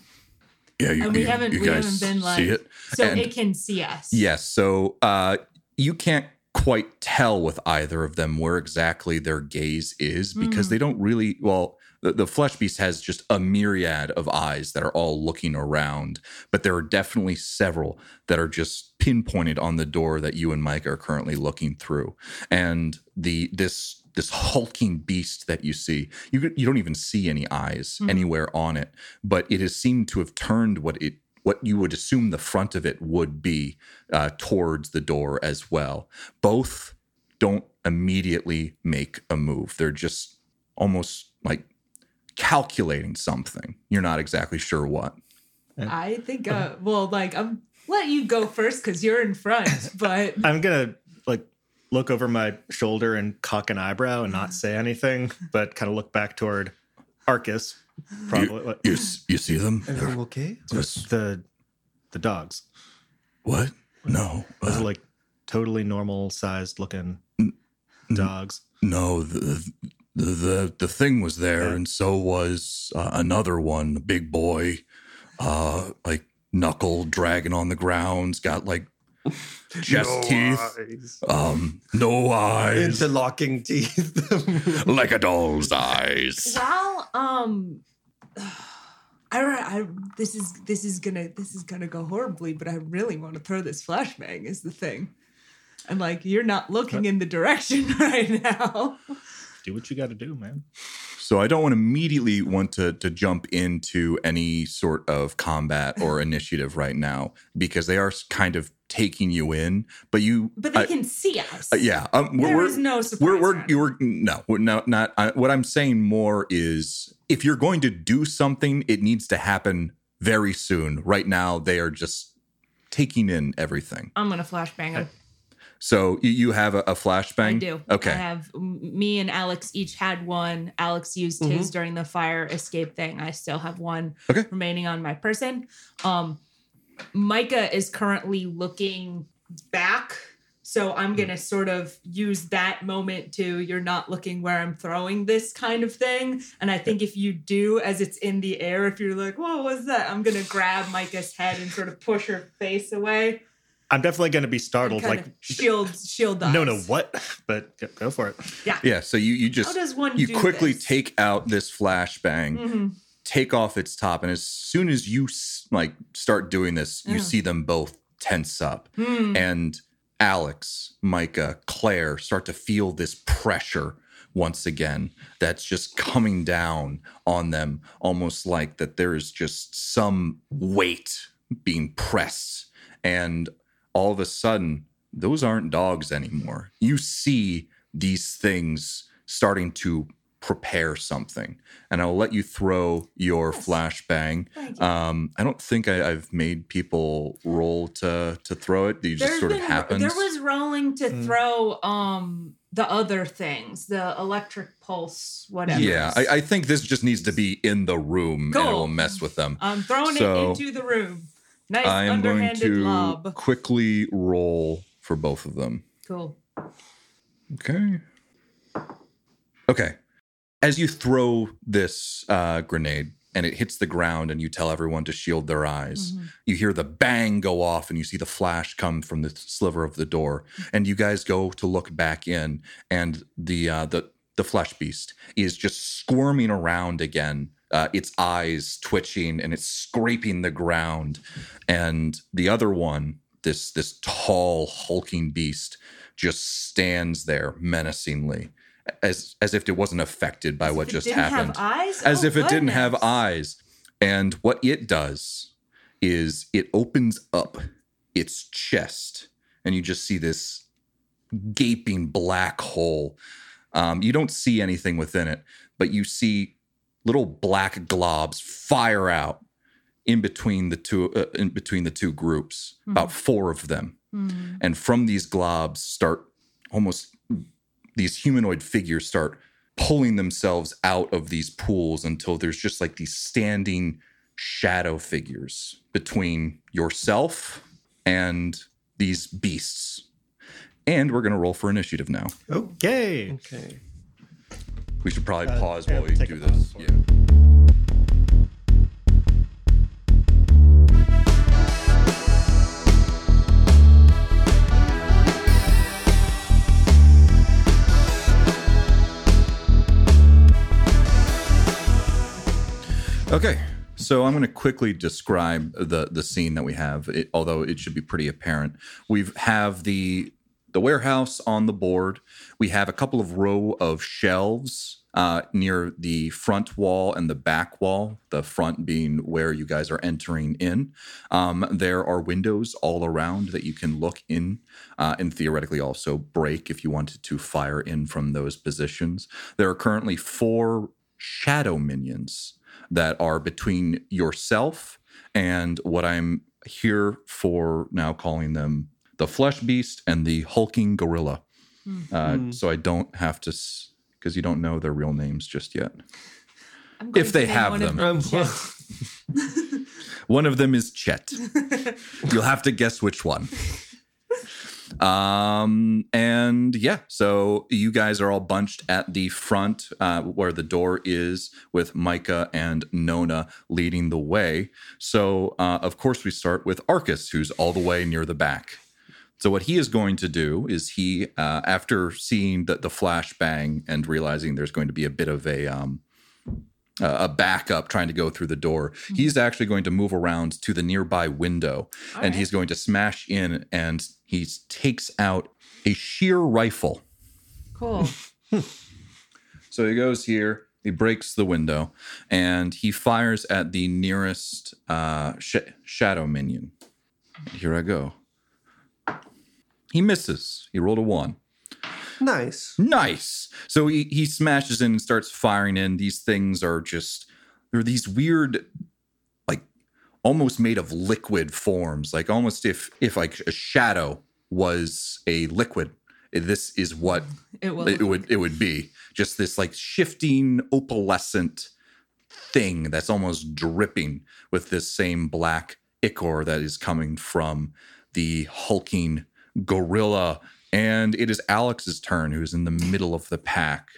Speaker 1: Yeah, you,
Speaker 2: And we haven't- we haven't been, like-
Speaker 1: see it.
Speaker 2: So
Speaker 1: And-
Speaker 2: it can see us.
Speaker 1: Yes. So uh, you can't quite tell with either of them where exactly their gaze is because they don't really. Well, the, the flesh beast has just a myriad of eyes that are all looking around, but there are definitely several that are just pinpointed on the door that you and Mike are currently looking through, and the this. This hulking beast that you see, you you don't even see any eyes
Speaker 2: Mhm.
Speaker 1: anywhere on it, but it has seemed to have turned what it what you would assume the front of it would be uh, towards the door as well. Both don't immediately make a move. They're just almost like calculating something. You're not exactly sure what.
Speaker 2: I think. Uh,
Speaker 1: Uh-huh.
Speaker 2: well, like I'm let you go first because you're in front. But
Speaker 3: I'm gonna like look over my shoulder and cock an eyebrow and not say anything, but kind of look back toward Arcus. Probably like,
Speaker 1: You, you see them?
Speaker 4: Everything okay?
Speaker 3: the the dogs.
Speaker 1: what? No. Uh,
Speaker 3: Those are like totally normal sized looking dogs.
Speaker 1: no, the, the, the, the thing was there, and so was uh, another one, a big boy, uh, like knuckle dragging on the ground's got like chest teeth, um, no eyes.
Speaker 4: Interlocking teeth.
Speaker 1: like a doll's eyes.
Speaker 2: while um, I, re- I this is this is gonna this is gonna go horribly. But I really want to throw this flashbang. Is the thing. I'm like, you're not looking
Speaker 1: Uh,
Speaker 2: in the direction right now.
Speaker 3: Do what you gotta do, man.
Speaker 1: So I don't want to immediately want to to jump into any sort of combat or initiative right now because they are s- kind of taking you in, but you
Speaker 2: But they
Speaker 1: I-
Speaker 2: can see us.
Speaker 1: uh, yeah, um,
Speaker 2: There
Speaker 1: we're,
Speaker 2: is
Speaker 1: we're,
Speaker 2: no surprise.
Speaker 1: we're we're
Speaker 2: round.
Speaker 1: you were no we're no not I, what I'm saying more is if you're going to do something, it needs to happen very soon. Right now, they are just taking in everything.
Speaker 2: I'm gonna flashbang him.
Speaker 1: So you, you have a, a flashbang.
Speaker 2: I do.
Speaker 1: Okay.
Speaker 2: I have m- me and Alex each had one. Alex used his during the fire escape thing. I still have one
Speaker 1: Mm-hmm. Okay.
Speaker 2: remaining on my person. Um, Micah is currently looking back. So I'm going to sort of use that moment to you're not looking where I'm throwing this kind of thing. And I think if you do, as it's in the air, if you're like, what was that? I'm going to grab Micah's head and sort of push her face away.
Speaker 3: I'm definitely gonna be startled.
Speaker 2: Kind
Speaker 3: Like
Speaker 2: of shield, shield the
Speaker 3: no, no,
Speaker 2: eyes.
Speaker 3: what? But go- go for it.
Speaker 1: yeah. So you you
Speaker 2: How
Speaker 1: just
Speaker 2: does one
Speaker 1: you
Speaker 2: do
Speaker 1: quickly
Speaker 2: this?
Speaker 1: take out this flashbang
Speaker 2: Mhm.
Speaker 1: take off its top, and as soon as you s- like start doing this, you
Speaker 2: Yeah.
Speaker 1: see them both tense up,
Speaker 2: Hmm.
Speaker 1: and Alex, Micah, Claire start to feel this pressure once again that's just coming down on them, almost like that there is just some weight being pressed, and all of a sudden those aren't dogs anymore. You see these things starting to prepare something. And I'll let you throw your flashbang.
Speaker 2: Thank you.
Speaker 1: Um, I don't think I, I've made people roll to to throw it. You just
Speaker 2: There's
Speaker 1: sort of
Speaker 2: been-
Speaker 1: happens.
Speaker 2: There was rolling to
Speaker 3: Mm.
Speaker 2: throw um the other things, the electric pulse, whatever.
Speaker 1: yeah, I, I think this just needs to be in the room and it
Speaker 2: Cool.
Speaker 1: will mess with them.
Speaker 2: am throwing
Speaker 1: So-
Speaker 2: it into the room. Nice
Speaker 1: I am going
Speaker 2: underhanded
Speaker 1: to
Speaker 2: lob.
Speaker 1: quickly roll for both of them.
Speaker 2: Cool.
Speaker 1: Okay. Okay. As you throw this uh, grenade and it hits the ground, and you tell everyone to shield their eyes, you hear the bang go off and you see the flash come from the sliver of the door. And you guys go to look back in, and the uh, the the flesh beast is just squirming around again. Uh, its eyes twitching and it's scraping the ground, and the other one, this this tall hulking beast, just stands there menacingly, as as if it wasn't affected by
Speaker 2: As
Speaker 1: what
Speaker 2: if it
Speaker 1: just
Speaker 2: didn't
Speaker 1: happened
Speaker 2: Have eyes?
Speaker 1: as
Speaker 2: Oh,
Speaker 1: if it didn't have
Speaker 2: goodness.
Speaker 1: eyes. And what it does is it opens up its chest, and you just see this gaping black hole. Um, you don't see anything within it, but you see little black globs fire out in between the two uh, in between the two groups. About
Speaker 2: Mm-hmm.
Speaker 1: four of them
Speaker 2: Hmm.
Speaker 1: and from these globs start almost these humanoid figures start pulling themselves out of these pools until there's just like these standing shadow figures between yourself and these beasts and we're going to roll for initiative now
Speaker 3: Okay.
Speaker 4: Okay.
Speaker 1: we should probably
Speaker 3: Uh,
Speaker 1: pause
Speaker 3: yeah,
Speaker 1: while
Speaker 3: we'll
Speaker 1: we
Speaker 3: take
Speaker 1: do
Speaker 3: a pause
Speaker 1: this
Speaker 3: for
Speaker 1: yeah
Speaker 3: it.
Speaker 1: Okay, so I'm going to quickly describe the the scene that we have. It, although it should be pretty apparent, we have the the warehouse on the board. We have a couple of row of shelves uh, near the front wall and the back wall. The front being where you guys are entering in. Um, there are windows all around that you can look in, uh, and theoretically also break if you wanted to fire in from those positions. There are currently four shadow minions that are between yourself and what I'm here for now calling them the flesh beast and the hulking gorilla. Uh,
Speaker 4: Mhm.
Speaker 1: so I don't have to, because you don't know their real names just yet.
Speaker 2: I'm going
Speaker 1: If they
Speaker 2: to name
Speaker 1: have
Speaker 2: one of
Speaker 1: them.
Speaker 4: Um,
Speaker 2: Check.
Speaker 1: One of them is Chet. You'll have to guess which one. Um, and yeah, so you guys are all bunched at the front uh, where the door is with Micah and Nona leading the way. So, uh, of course, we start with Arcus, who's all the way near the back. So, what he is going to do is he, uh, after seeing the, the flashbang and realizing there's going to be a bit of a, um, uh, a backup trying to go through the door.
Speaker 2: Mm-hmm.
Speaker 1: He's actually going to move around to the nearby window and
Speaker 2: All right.
Speaker 1: he's going to smash in and he takes out a sheer rifle.
Speaker 2: cool.
Speaker 1: So he goes here, he breaks the window, and he fires at the nearest uh, sh- shadow minion. Here I go. He misses. He rolled a one.
Speaker 4: Nice.
Speaker 1: Nice. So he, he smashes in and starts firing in. These things are just they're these weird, like almost made of liquid forms. Like almost if if like a shadow was a liquid, this is what
Speaker 2: It will.
Speaker 1: it would it would be. Just this like shifting opalescent thing that's almost dripping with this same black ichor that is coming from the hulking gorilla. And it is Alex's turn, who's in the middle of the pack.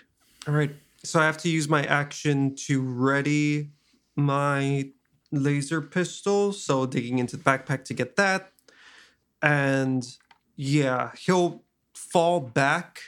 Speaker 4: All right. So I have to use my action to ready my laser pistol. So digging into the backpack to get that. And yeah, he'll fall back,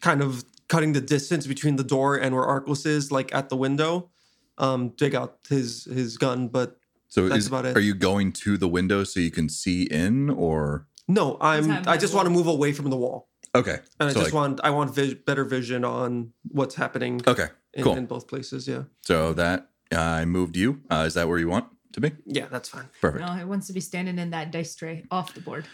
Speaker 4: kind of cutting the distance between the door and where Arcos is, like at the window. um, dig out his his gun. But
Speaker 1: So
Speaker 4: That's
Speaker 1: is,
Speaker 4: about it.
Speaker 1: are you going to the window so you can see in or
Speaker 4: no, I'm
Speaker 2: not
Speaker 4: I just want to move away from the wall,
Speaker 1: okay.
Speaker 4: and I
Speaker 1: So, like-
Speaker 4: just want I want vis- better vision on what's happening
Speaker 1: Okay.
Speaker 4: in,
Speaker 1: cool.
Speaker 4: in both places. Yeah,
Speaker 1: So that I moved you. Uh, is that where you want to be?
Speaker 4: yeah, that's fine.
Speaker 1: Perfect.
Speaker 2: No, it wants to be standing in that dice tray off the board.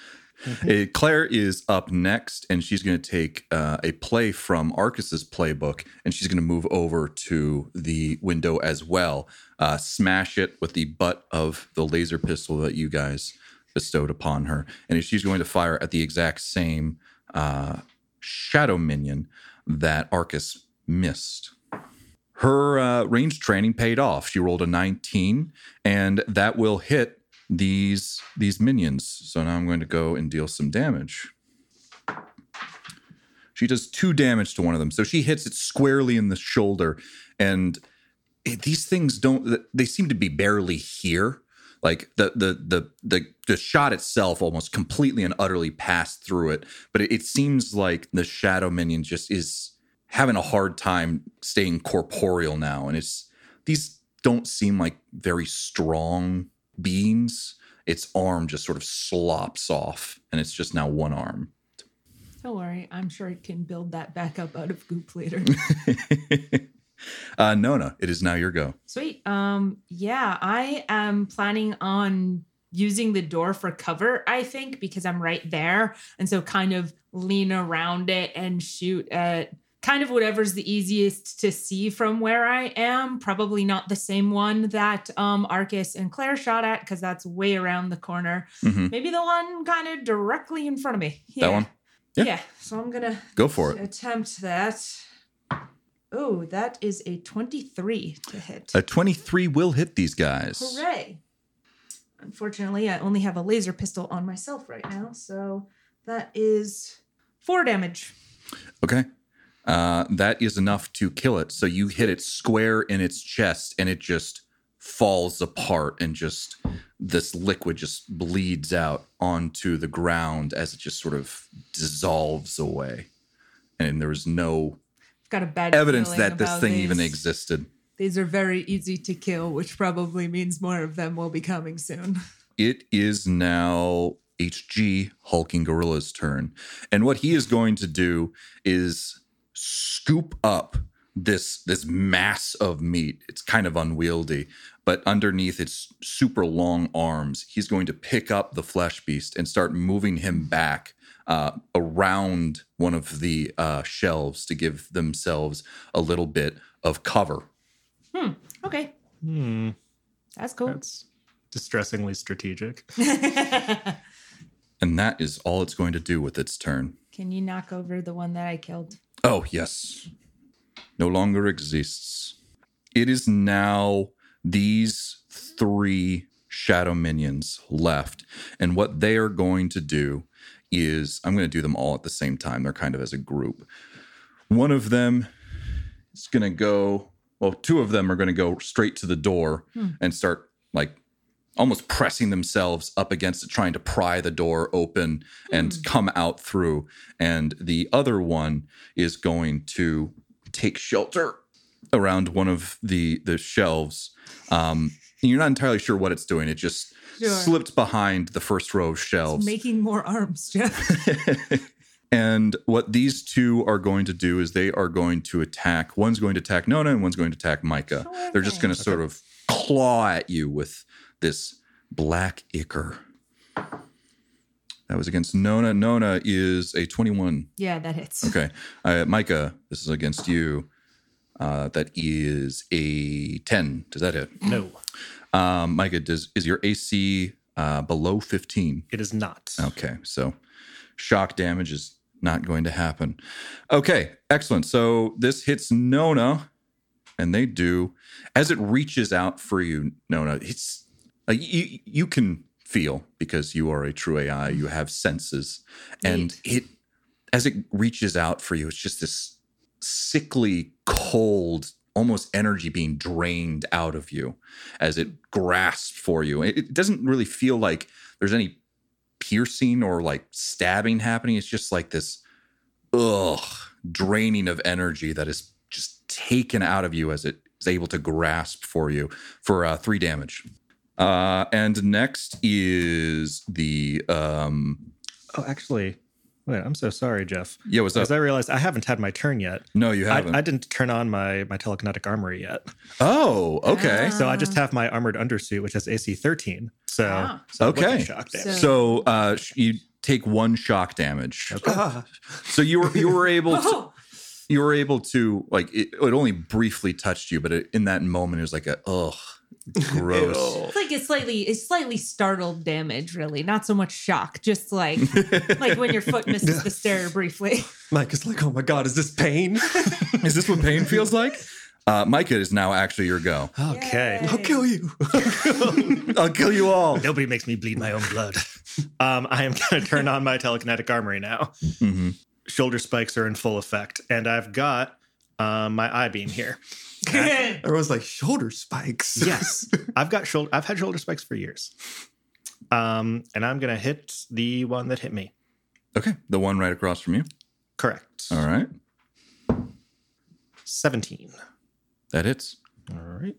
Speaker 1: Uh, Claire is up next, and she's going to take uh, a play from Arcus's playbook, and she's going to move over to the window as well. Uh, smash it with the butt of the laser pistol that you guys bestowed upon her, and she's going to fire at the exact same uh, shadow minion that Arcus missed. Her uh, range training paid off. She rolled a 19, and that will hit these these minions. So now I'm going to go and deal some damage. She does two damage to one of them. So she hits it squarely in the shoulder, and it- these things don't. They seem to be barely here. Like the the the the the shot itself almost completely and utterly passed through it. But it, it seems like the shadow minion just is having a hard time staying corporeal now, and it's these don't seem like very strong beings. Its arm just sort of slops off, and it's just now one arm.
Speaker 2: Don't worry, I'm sure it can build that back up out of goop later.
Speaker 1: uh, Nona, it is now your go.
Speaker 2: Sweet. Um, yeah, I am planning on using the door for cover, I think, because I'm right there. And so kind of lean around it and shoot at kind of whatever's the easiest to see from where I am. Probably not the same one that um Arcus and Claire shot at, because that's way around the corner.
Speaker 1: hmm
Speaker 2: Maybe the one kind of directly in front of me. Yeah.
Speaker 1: That one? Yeah.
Speaker 2: yeah. So I'm gonna
Speaker 1: Go for it.
Speaker 2: attempt that. Oh, that is a 23 to hit.
Speaker 1: A 23 will hit these guys.
Speaker 2: Hooray! Unfortunately, I only have a laser pistol on myself right now, so that is four damage.
Speaker 1: Okay. Uh, that is enough to kill it. So you hit it square in its chest, and it just falls apart, and just this liquid just bleeds out onto the ground as it just sort of dissolves away. And there was no
Speaker 2: I've got a bad
Speaker 1: evidence
Speaker 2: feeling
Speaker 1: that this
Speaker 2: about
Speaker 1: thing even
Speaker 2: these.
Speaker 1: existed.
Speaker 2: These are very easy to kill, which probably means more of them will be coming soon.
Speaker 1: it is now HG Hulking Gorilla's turn. And what he is going to do is scoop up this this mass of meat. It's kind of unwieldy, but underneath its super long arms, he's going to pick up the flesh beast and start moving him back uh, around one of the uh, shelves to give themselves a little bit of cover.
Speaker 2: Okay,
Speaker 3: Hmm,
Speaker 2: that's cool.
Speaker 3: that's distressingly strategic.
Speaker 1: And that is all it's going to do with its turn.
Speaker 2: Can you knock over the one that I killed?
Speaker 1: Oh, yes. No longer exists. It is now these three shadow minions left. And what they are going to do is I'm going to do them all at the same time. They're kind of as a group. One of them is going to go, well, two of them are going to go straight to the door
Speaker 2: Hmm.
Speaker 1: and start like almost pressing themselves up against it, trying to pry the door open
Speaker 2: Hmm.
Speaker 1: and come out through. And the other one is going to take shelter around one of the the shelves. Um, and you're not entirely sure what it's doing. It just
Speaker 2: Sure.
Speaker 1: slipped behind the first row of shelves.
Speaker 2: Making more arms, Jeff.
Speaker 1: And what these two are going to do is they are going to attack. One's going to attack Nona and one's going to attack Micah.
Speaker 2: Sure
Speaker 1: They're just
Speaker 2: thing.
Speaker 1: going to sort of claw at you with this black ichor. That was against Nona. Nona is a 21.
Speaker 2: yeah, that hits.
Speaker 1: Okay. Uh, Micah, this is against you. Uh, that is a 10. Does that hit?
Speaker 3: No,
Speaker 1: Um, Micah, does, is your AC uh, below 15?
Speaker 3: it is not.
Speaker 1: Okay, so shock damage is not going to happen. Okay, excellent. So this hits Nona, and they do as it reaches out for you, Nona. It's uh, you, you can feel because you are a true AI. You have senses, and it as it reaches out for you, it's just this sickly cold. Almost energy being drained out of you as it grasps for you. It- it doesn't really feel like there's any piercing or like stabbing happening. It's just like this ugh draining of energy that is just taken out of you as it is able to grasp for you for uh, three damage. Uh, and next is the um,
Speaker 3: Oh, actually, wait. I'm so sorry, Jeff.
Speaker 1: yeah. What's up?
Speaker 3: Because I realized I haven't had my turn yet.
Speaker 1: no, you
Speaker 3: I,
Speaker 1: haven't.
Speaker 3: I didn't turn on my my telekinetic armory yet,
Speaker 1: oh, okay.
Speaker 3: so I just
Speaker 2: Ah.
Speaker 3: have my armored undersuit, which has AC 13. So,
Speaker 2: Wow.
Speaker 3: so it wasn't
Speaker 1: Okay.
Speaker 3: shock
Speaker 2: Ah. So-
Speaker 3: damage.
Speaker 1: So uh, sh- you take one shock damage.
Speaker 4: Ah,
Speaker 1: So you were you were able to,
Speaker 2: Oh,
Speaker 1: you were able to like it, it only briefly touched you, but it, in that moment it was like a ugh, gross.
Speaker 2: it's like a slightly, it's slightly startled damage, really. Not so much shock, just like like when your foot misses the stair briefly.
Speaker 4: Mike is like, oh my god, is this pain?
Speaker 1: is this what pain feels like? Uh, Micah it is now actually your go.
Speaker 3: okay.
Speaker 2: Yay.
Speaker 4: I'll kill you.
Speaker 1: I'll kill you all.
Speaker 3: Nobody makes me bleed my own blood. um, I am going to turn on my telekinetic armory now.
Speaker 1: Mhm.
Speaker 3: Shoulder spikes are in full effect, and I've got um, my I beam here.
Speaker 4: Everyone's like, shoulder spikes.
Speaker 3: Yes, I've got shoulder. I've had shoulder spikes for years. Um, and I'm going to hit the one that hit me.
Speaker 1: Okay, the one right across from you.
Speaker 3: Correct.
Speaker 1: All right,
Speaker 3: 17.
Speaker 1: that hits.
Speaker 3: All right.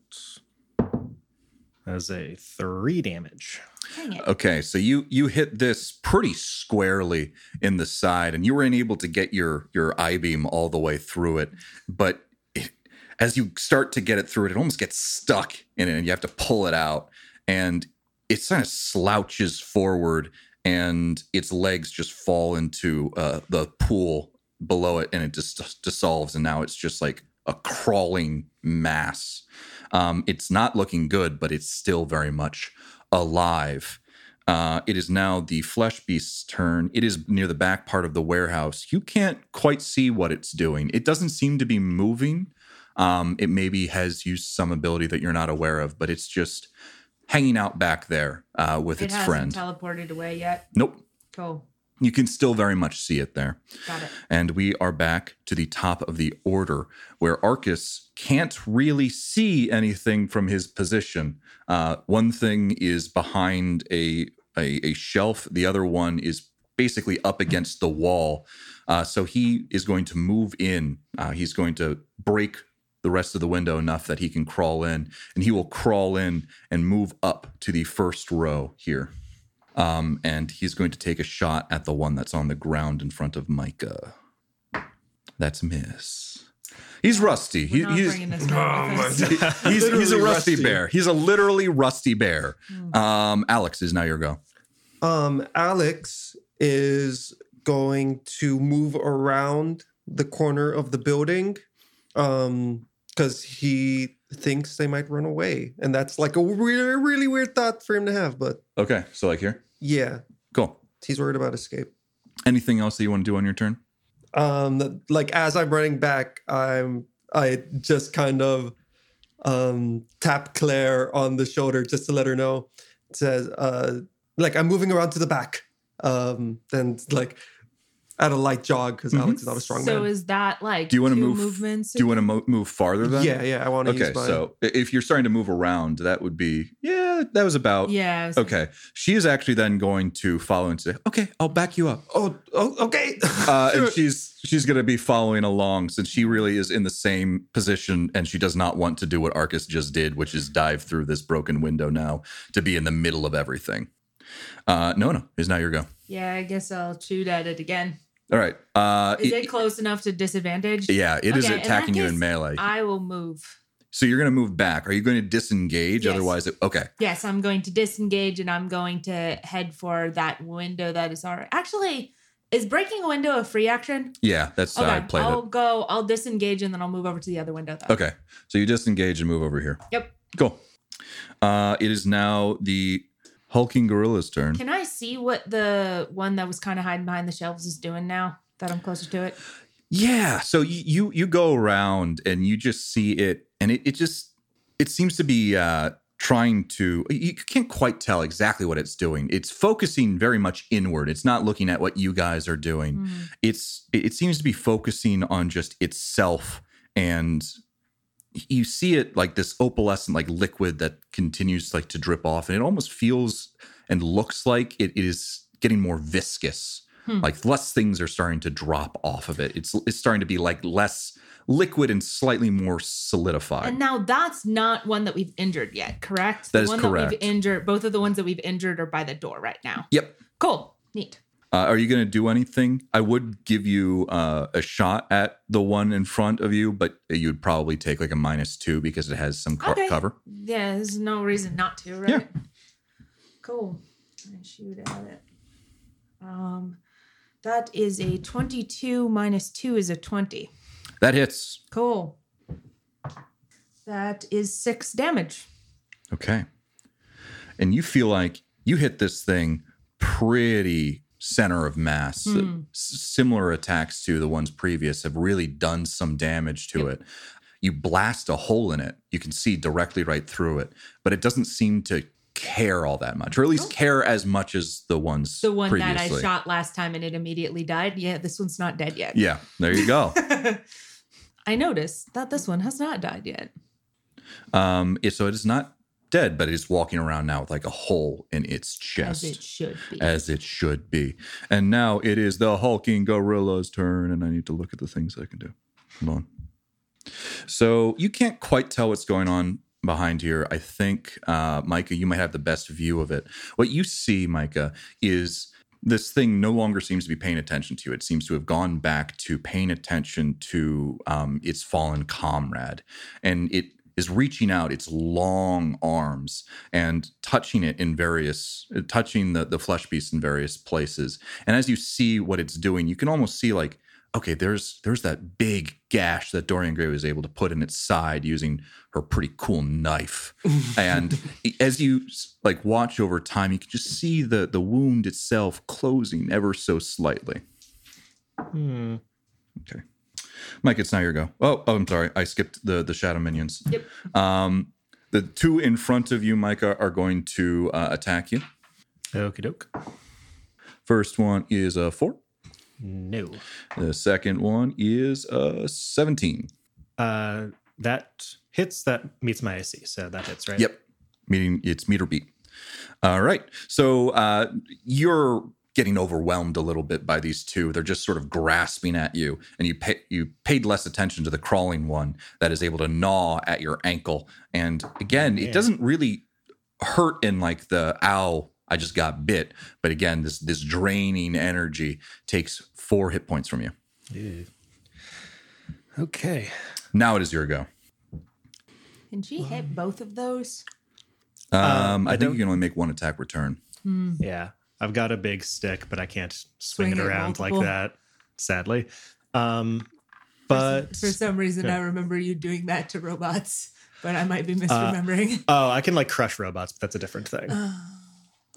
Speaker 3: As a three damage.
Speaker 2: Dang it.
Speaker 1: Okay, so you you hit this pretty squarely in the side, and you were unable to get your your I beam all the way through it. But it, as you start to get it through it, it almost gets stuck in it, and you have to pull it out. And it kind of slouches forward, and its legs just fall into uh, the pool below it, and it just dissolves. And now it's just like a crawling mass. Um, it's not looking good, but it's still very much alive. Uh, it is now the flesh beast's turn. It is near the back part of the warehouse. You can't quite see what it's doing. It doesn't seem to be moving. Um, it maybe has used some ability that you're not aware of, but it's just hanging out back there uh, with
Speaker 2: It
Speaker 1: its
Speaker 2: hasn't
Speaker 1: friend.
Speaker 2: teleported away yet.
Speaker 1: nope.
Speaker 2: Cool.
Speaker 1: You can still very much see it there.
Speaker 2: Got it.
Speaker 1: And we are back to the top of the order where Arcus can't really see anything from his position. Uh, one thing is behind a, a, a shelf, the other one is basically up against the wall. Uh, so he is going to move in. Uh, he's going to break the rest of the window enough that he can crawl in, and he will crawl in and move up to the first row here. Um, and he's going to take a shot at the one that's on the ground in front of Micah. That's a miss. He's rusty. He-
Speaker 2: We're not
Speaker 1: he's,
Speaker 2: bringing this
Speaker 4: Oh,
Speaker 2: back with us.
Speaker 1: he's, he's a
Speaker 4: Literally
Speaker 1: rusty,
Speaker 4: rusty.
Speaker 1: bear. He's a literally rusty bear. Um, Alex is now your go.
Speaker 4: Um, Alex is going to move around the corner of the building um because he thinks they might run away and that's like a really really weird thought for him to have but
Speaker 1: Okay, so like here.
Speaker 4: yeah
Speaker 1: Cool.
Speaker 4: he's worried about escape
Speaker 1: Anything else that you want to do on your turn?
Speaker 4: um like as i'm running back i'm i just kind of um tap claire on the shoulder just to let her know it says uh like i'm moving around to the back um and like at a light jog because
Speaker 1: Mm-hmm.
Speaker 4: alex is not a strong
Speaker 2: so
Speaker 4: man
Speaker 2: is that like
Speaker 1: Do you wanna
Speaker 2: two
Speaker 1: move-
Speaker 2: movements?
Speaker 1: Do you want to mo- move farther then?
Speaker 4: yeah yeah i want to
Speaker 1: Okay,
Speaker 4: use mine.
Speaker 1: so i- if you're starting to move around, that would be yeah, that was about
Speaker 2: yeah. it's-
Speaker 1: Okay, she is actually then going to follow and say, "Okay, I'll back you up."
Speaker 4: oh, oh okay
Speaker 1: Uh,
Speaker 4: Sure.
Speaker 1: and she's she's going to be following along since she really is in the same position and she does not want to do what Arcus just did, which is dive through this broken window now to be in the middle of everything. Uh, Nona is now your go.
Speaker 2: Yeah, I guess I'll shoot at it again.
Speaker 1: All right. Uh,
Speaker 2: Is
Speaker 1: it-
Speaker 2: it close enough to disadvantage?
Speaker 1: yeah, it is
Speaker 2: Okay, in that
Speaker 1: attacking you in
Speaker 2: case,
Speaker 1: melee.
Speaker 2: I will move.
Speaker 1: so you're going to move back. Are you going to disengage?
Speaker 2: Yes.
Speaker 1: Otherwise, it, okay.
Speaker 2: Yes, I'm going to disengage and I'm going to head for that window that is already. Actually, is breaking a window a free action?
Speaker 1: Yeah, that's how I played
Speaker 2: I'll
Speaker 1: it.
Speaker 2: go. I'll disengage and then I'll move over to the other window. Though.
Speaker 1: Okay. So you disengage and move over here.
Speaker 2: Yep.
Speaker 1: Cool. Uh, it is now the hulking gorilla's turn.
Speaker 2: Can I see what the one that was kind of hiding behind the shelves is doing now that I'm closer to it?
Speaker 1: Yeah. So you you, you go around and you just see it, and it, it just it seems to be uh, trying to. You you can't quite tell exactly what it's doing. It's focusing very much inward. It's not looking at what you guys are doing.
Speaker 2: Hmm.
Speaker 1: It's it it seems to be focusing on just itself and you see it like this opalescent like liquid that continues like to drip off and it almost feels and looks like it is getting more viscous
Speaker 2: Hmm.
Speaker 1: Like less things are starting to drop off of it. It's it's starting to be like less liquid and slightly more solidified.
Speaker 2: And now that's not one that we've injured yet, correct?
Speaker 1: That
Speaker 2: the
Speaker 1: is
Speaker 2: one that
Speaker 1: correct.
Speaker 2: we've injured, both of the ones that we've injured are by the door right now.
Speaker 1: yep.
Speaker 2: Cool. Neat.
Speaker 1: Uh, are you going to do anything? I would give you uh, a shot at the one in front of you, but you'd probably take like a minus two because it has some co-
Speaker 2: Okay.
Speaker 1: cover.
Speaker 2: Yeah, there's no reason not to, right?
Speaker 1: Yeah.
Speaker 2: Cool. I shoot at it. Um that is a 22 minus 2 is a 20.
Speaker 1: That hits.
Speaker 2: Cool. That is 6 damage.
Speaker 1: Okay. And you feel like you hit this thing pretty center of mass.
Speaker 2: Hmm.
Speaker 1: S- similar attacks to the ones previous have really done some damage to it. You blast a hole in it. You can see directly right through it, but it doesn't seem to care all that much, or at least care as much as the ones
Speaker 2: The one
Speaker 1: previously.
Speaker 2: that I shot last time and it immediately died. Yeah, this one's not dead yet.
Speaker 1: Yeah, there you go.
Speaker 2: I noticed that this one has not died yet.
Speaker 1: um, it- so it is not dead, but it is walking around now with like a hole in its
Speaker 2: As
Speaker 1: chest.
Speaker 2: it should be.
Speaker 1: as it should be. And now it is the hulking gorilla's turn, and I need to look at the things I can do. Hold on. So you can't quite tell what's going on behind here. I think, uh, Micah, you might have the best view of it. What you see, Micah, is this thing no longer seems to be paying attention to you. It seems to have gone back to paying attention to um, its fallen comrade. And it is reaching out its long arms and touching it in various touching the, the flesh beast in various places and as you see what it's doing you can almost see like okay there's there's that big gash that dorian gray was able to put in its side using her pretty cool knife and e, as you like watch over time you can just see the the wound itself closing ever so slightly okay mike it's now your go oh, oh i'm sorry i skipped the the shadow minions
Speaker 2: Yep.
Speaker 1: um, the two in front of you, Micah, are going to uh, attack you.
Speaker 3: Okie doke.
Speaker 1: First one is a four.
Speaker 3: No.
Speaker 1: The second one is a seventeen.
Speaker 3: Uh, that hits. That meets my AC, so that hits, right?
Speaker 1: Yep, meaning it's meter beat. All right, so uh, you're getting overwhelmed a little bit by these two. They're just sort of grasping at you, and you pay, you paid less attention to the crawling one that is able to gnaw at your ankle. And again, it doesn't really hurt in like the ow. I just got bit, but again, this this draining energy takes four hit points from you.
Speaker 3: Ew. Okay.
Speaker 1: Now it is your go.
Speaker 2: Can she hit both of those?
Speaker 1: Um, I,
Speaker 3: I
Speaker 1: think
Speaker 3: don't-
Speaker 1: you can only make one attack return.
Speaker 3: Yeah. I've got a big stick, but I can't swing,
Speaker 2: Swing
Speaker 3: it
Speaker 2: it
Speaker 3: around like
Speaker 2: multiple.
Speaker 3: that, sadly. Um, but
Speaker 2: For some reason,
Speaker 3: Yeah.
Speaker 2: I remember you doing that to robots, but I
Speaker 1: Uh,
Speaker 2: might be misremembering.
Speaker 3: oh, I can like crush robots, but that's a different thing.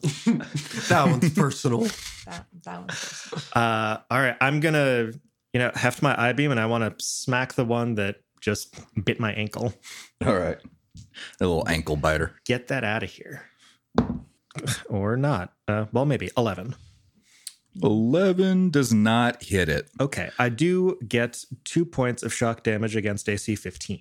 Speaker 4: That one's personal.
Speaker 2: that, that one first.
Speaker 3: Uh, all right, I'm gonna you know heft my I beam and I want to smack the one that just bit my ankle.
Speaker 1: All right, a little ankle biter.
Speaker 3: Get that out of here, or not? Uh, well, maybe eleven.
Speaker 1: 11 does not hit it.
Speaker 3: Okay, I do get two points of shock damage against AC 15.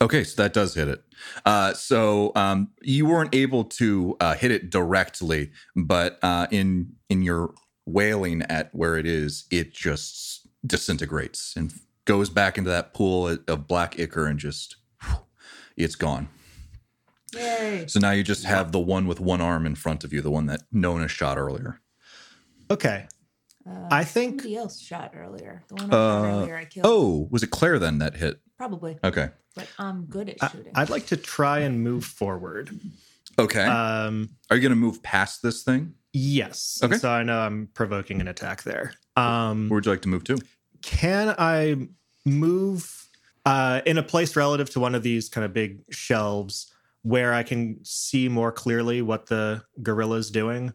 Speaker 1: Okay, so that does hit it. Uh, so um, you weren't able to uh, hit it directly, but uh, in in your wailing at where it is, it just disintegrates and goes back into that pool of black ichor and just it's gone.
Speaker 2: Yay.
Speaker 1: So now you just have the one with one arm in front of you, the one that Nona shot earlier.
Speaker 3: Okay, I
Speaker 2: Uh,
Speaker 3: think
Speaker 2: Somebody else shot earlier. The one I shot earlier, I killed.
Speaker 1: Uh, Oh, was it Claire then that hit?
Speaker 2: Probably,
Speaker 1: Okay.
Speaker 2: but I'm good at shooting.
Speaker 3: I'd like to try and move forward.
Speaker 1: Okay.
Speaker 3: Um,
Speaker 1: Are you going to move past this thing?
Speaker 3: yes.
Speaker 1: Okay.
Speaker 3: So I know I'm provoking an attack there. Um,
Speaker 1: Where would you like to move to?
Speaker 3: can I move uh, in a place relative to one of these kind of big shelves where I can see more clearly what the gorilla's doing?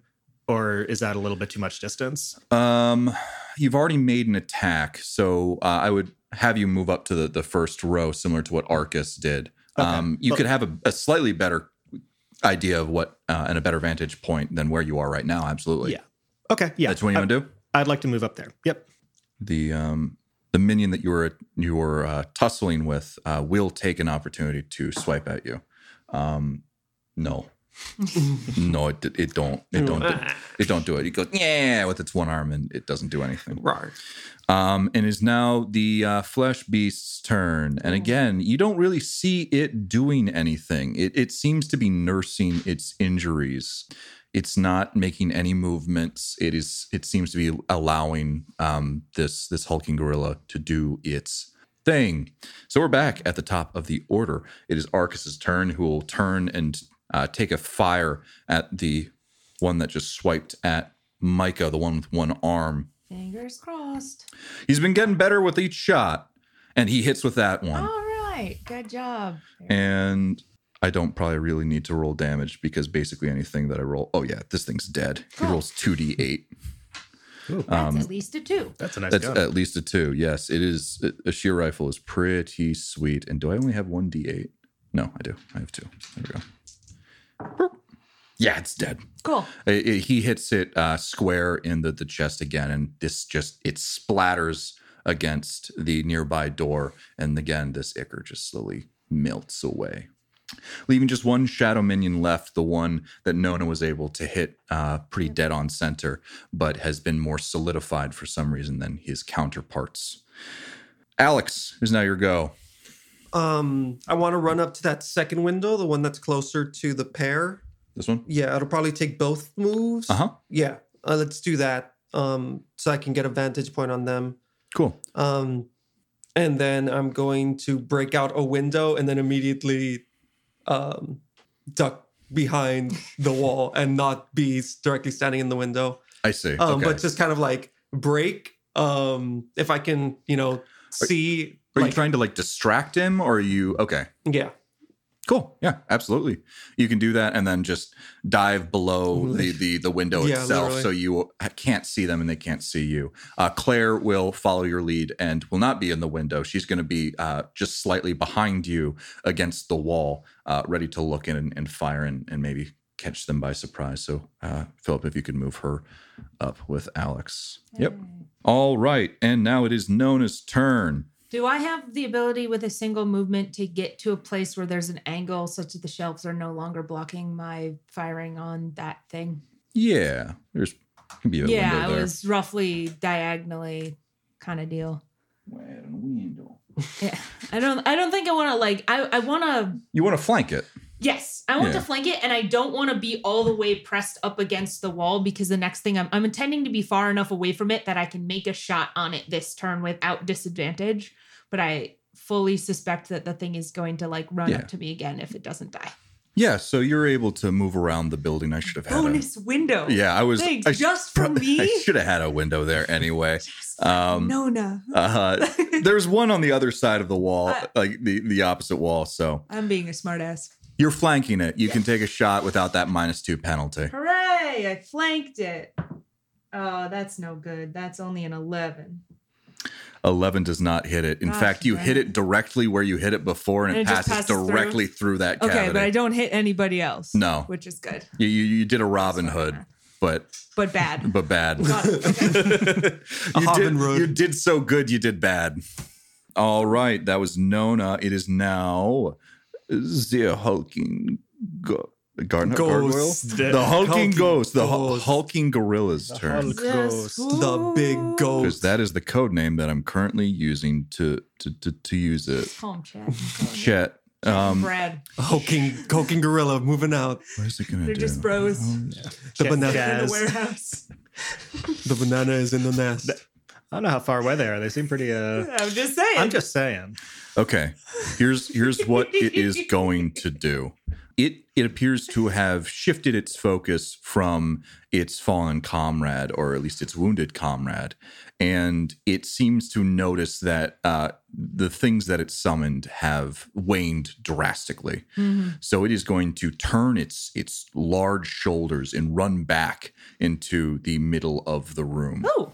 Speaker 3: Or is that a little bit too much distance?
Speaker 1: Um, you've already made an attack, so uh, I would have you move up to the, the first row, similar to what Arcus did. Um, you could have a, a slightly better idea of what uh, and a better vantage point than where you are right now. Absolutely.
Speaker 3: Yeah. Okay, yeah.
Speaker 1: That's what you
Speaker 3: I-
Speaker 1: want to do.
Speaker 3: I'd like to move up there. Yep.
Speaker 1: The um, the minion that you were you were uh, tussling with uh, will take an opportunity to swipe at you. Um, no, no, it, it don't. It don't. Do, it don't do it. It goes yeah with its one arm and it doesn't do anything.
Speaker 4: Right.
Speaker 1: Um, and is now the uh, flesh beast's turn. And again, you don't really see it doing anything. It it seems to be nursing its injuries. It's not making any movements. It is. It seems to be allowing um, this this hulking gorilla to do its thing. So we're back at the top of the order. It is Arcus's turn, who will turn and uh, take a fire at the one that just swiped at Micah, the one with one arm.
Speaker 2: Fingers crossed.
Speaker 1: He's been getting better with each shot, and he hits with that
Speaker 2: All
Speaker 1: one.
Speaker 2: right. Good job.
Speaker 1: And I don't probably really need to roll damage because basically anything that I roll, oh yeah, this thing's dead. He
Speaker 2: Cool.
Speaker 1: rolls two d eight. um,
Speaker 2: That's at least a two.
Speaker 3: That's a nice
Speaker 1: That's uh,
Speaker 3: gun.
Speaker 1: at least a two. Yes, it is. A shear rifle is pretty sweet. And do I only have one d8? No, I do. I have two. There we go. Boop. Yeah, it's dead.
Speaker 2: Cool.
Speaker 1: It- it- he hits it uh, square in the, the chest again, and this just it splatters against the nearby door, and again this ichor just slowly melts away, leaving just one shadow minion left, the one that Nona was able to hit uh, pretty dead on center, but has been more solidified for some reason than his counterparts. Alex is now your go.
Speaker 4: Um, I want to run up to that second window, the one that's closer to the pair.
Speaker 1: This one,
Speaker 4: Yeah, it'll probably take both moves.
Speaker 1: uh huh,
Speaker 4: Yeah, uh, let's do that. Um, so I can get a vantage point on them.
Speaker 1: cool.
Speaker 4: Um, and then I'm going to break out a window and then immediately um, duck behind the wall and not be s- directly standing in the window.
Speaker 1: I see.
Speaker 4: Um,
Speaker 1: okay.
Speaker 4: But just kind of like break um, if I can, you know, see.
Speaker 1: are you
Speaker 4: like-
Speaker 1: trying to like distract him, or are you okay?
Speaker 4: yeah.
Speaker 1: Cool. Yeah, absolutely. You can do that and then just dive below the the, the window
Speaker 4: Yeah,
Speaker 1: itself
Speaker 4: literally.
Speaker 1: so you can't see them and they can't see you. Uh, Claire will follow your lead and will not be in the window. She's going to be uh, just slightly behind you against the wall, uh, ready to look in and, and fire and, and maybe catch them by surprise. So, uh, Philip, if you could move her up with Alex. Yep. All right. And now it is Nona's turn.
Speaker 2: Do I have the ability with a single movement to get to a place where there's an angle such that the shelves are no longer blocking my firing on that thing?
Speaker 1: Yeah, there's can be a
Speaker 2: yeah,
Speaker 1: window
Speaker 2: it
Speaker 1: there.
Speaker 2: was roughly diagonally kind of deal. Yeah. I don't I don't think I want to like I I want to
Speaker 1: You want to flank it.
Speaker 2: yes, I want
Speaker 1: Yeah.
Speaker 2: to flank it and I don't want to be all the way pressed up against the wall because the next thing I'm I'm intending to be far enough away from it that I can make a shot on it this turn without disadvantage, but I fully suspect that the thing is going to like run
Speaker 1: Yeah.
Speaker 2: up to me again if it doesn't die.
Speaker 1: Yeah, so you're able to move around the building. I should have had
Speaker 2: Bonus window.
Speaker 1: a yeah. I was
Speaker 2: Thanks,
Speaker 1: I sh-
Speaker 2: just for
Speaker 1: I
Speaker 2: me.
Speaker 1: should have had a window there anyway.
Speaker 2: Yes.
Speaker 1: Um,
Speaker 2: Nona.
Speaker 1: uh, there's one on the other side of the wall,
Speaker 2: Uh,
Speaker 1: like the the opposite wall. So
Speaker 2: I'm being a smartass.
Speaker 1: you're flanking it. You can take a shot without that minus two penalty.
Speaker 2: Hooray! I flanked it. Oh, that's no good. That's only an 11.
Speaker 1: Eleven does not hit it. In
Speaker 2: Gosh,
Speaker 1: fact, you
Speaker 2: dang
Speaker 1: hit
Speaker 2: it.
Speaker 1: it directly where you hit it before, and,
Speaker 2: And
Speaker 1: it
Speaker 2: it just
Speaker 1: passes,
Speaker 2: passes through?
Speaker 1: directly through, that
Speaker 2: Okay,
Speaker 1: cavity.
Speaker 2: but I don't hit anybody else.
Speaker 1: No.
Speaker 2: Which is good,
Speaker 1: you, you you did a Robin
Speaker 2: Sorry.
Speaker 1: Hood, but
Speaker 2: but bad.
Speaker 1: but bad.
Speaker 2: Got it. Okay.
Speaker 1: you, did,
Speaker 4: Hobbin Road.
Speaker 1: you did so good, you did bad. All right, that was Nona. It is now the hulking go- gar- gargoyle?
Speaker 4: Ghost.
Speaker 1: The hulking,
Speaker 4: Hulking
Speaker 1: ghost, the hu-
Speaker 4: ghost.
Speaker 1: hulking gorilla's turn.
Speaker 3: Hulk.
Speaker 2: Yes.
Speaker 3: Ghost.
Speaker 4: The big
Speaker 1: Because
Speaker 4: ghost.
Speaker 1: that is the code name that I'm currently using to to to, to use it.
Speaker 2: Call him Chad.
Speaker 1: Chet.
Speaker 2: Um,
Speaker 1: Um,
Speaker 2: Brad.
Speaker 4: Hulking, hulking gorilla moving out.
Speaker 1: what is it gonna
Speaker 2: They're
Speaker 1: do? Um,
Speaker 2: just bros in
Speaker 4: The
Speaker 3: Check
Speaker 4: banana.
Speaker 3: that.
Speaker 2: the
Speaker 3: Yes.
Speaker 2: warehouse.
Speaker 4: The banana is in the nest.
Speaker 3: I don't know how far away they are. They seem pretty. Uh,
Speaker 2: I'm just saying.
Speaker 3: I'm just saying.
Speaker 1: Okay. Here's here's what it is going to do. It it appears to have shifted its focus from its fallen comrade, or at least its wounded comrade, and it seems to notice that uh, the things that it summoned have waned drastically.
Speaker 2: Mhm.
Speaker 1: So it is going to turn its its large shoulders and run back into the middle of the room.
Speaker 2: Oh,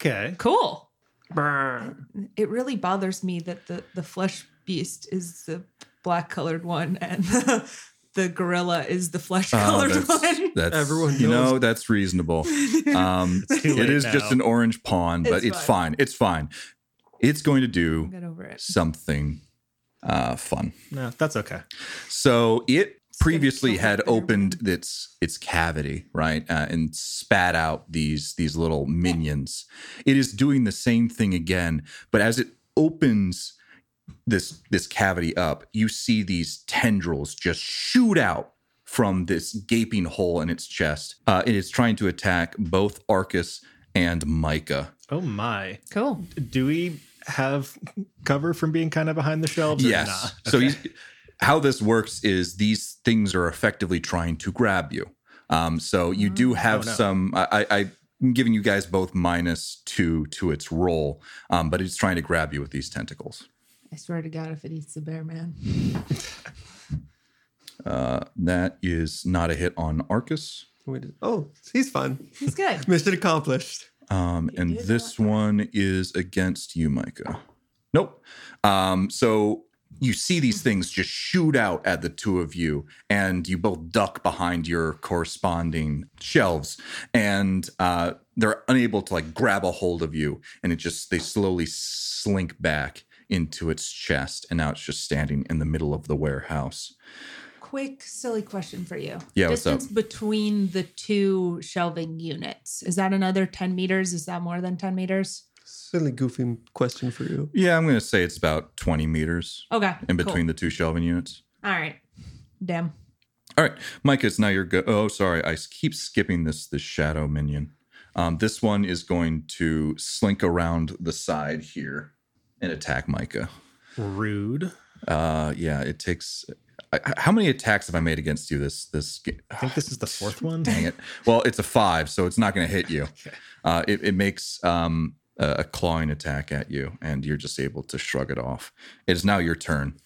Speaker 3: Okay.
Speaker 2: cool.
Speaker 4: Brr.
Speaker 2: It really bothers me that the, the flesh beast is the black colored one and the, the gorilla is the flesh
Speaker 1: Oh,
Speaker 2: colored one.
Speaker 1: that's
Speaker 4: Everyone
Speaker 1: you
Speaker 4: knows.
Speaker 1: know that's reasonable. Um,
Speaker 3: too
Speaker 1: it
Speaker 3: late
Speaker 1: is
Speaker 3: now.
Speaker 1: just an orange pawn, but
Speaker 2: It's
Speaker 1: it's fine. It's fine. It's going to do
Speaker 2: Get over it.
Speaker 1: something uh, fun.
Speaker 3: No, that's okay.
Speaker 1: So it previously had opened its its cavity right uh, and spat out these these little minions it is doing the same thing again but as it opens this this cavity up you see these tendrils just shoot out from this gaping hole in its chest uh, it is trying to attack both arcus and micah
Speaker 3: Oh my.
Speaker 2: Cool.
Speaker 3: Do we have cover from being kind of behind the shelves? or
Speaker 1: yes
Speaker 3: nah?
Speaker 1: so
Speaker 3: Okay.
Speaker 1: he's, how this works is these things are effectively trying to grab you um, so you do have
Speaker 3: Oh, no.
Speaker 1: some I, I i'm giving you guys both minus two to its roll um, but it's trying to grab you with these tentacles
Speaker 2: I swear to God, if it eats the bear man.
Speaker 1: uh, that is not a hit on arcus
Speaker 4: Wait, oh, he's fun.
Speaker 2: He's good.
Speaker 4: Mission accomplished.
Speaker 1: um, and
Speaker 2: did
Speaker 1: this one is against you micah nope um, so you see these things just shoot out at the two of you, and you both duck behind your corresponding shelves, and uh, they're unable to like grab a hold of you, and it just they slowly slink back into its chest, and now it's just standing in the middle of the warehouse.
Speaker 2: Quick, silly question for you.
Speaker 1: Yeah, what's up?
Speaker 2: Distance between the two shelving units. Is that another 10 meters? Is that more than 10 meters?
Speaker 4: Silly, goofy question for you.
Speaker 1: Yeah, I'm gonna say it's about 20 meters
Speaker 2: Okay.
Speaker 1: in between the two shelving units.
Speaker 2: All right. Damn.
Speaker 1: All right, Micah, it's now your go. Oh, sorry, I s- keep skipping this this shadow minion. Um, this one is going to slink around the side here and attack Micah.
Speaker 3: rude.
Speaker 1: Uh, yeah, it takes. I, I- how many attacks have I made against you this this? ga-
Speaker 3: I think this is the fourth one.
Speaker 1: Dang it! Well, it's a five, so it's not going to hit you. Uh, it, it makes um, a, a clawing attack at you, and you're just able to shrug it off. It is now your turn.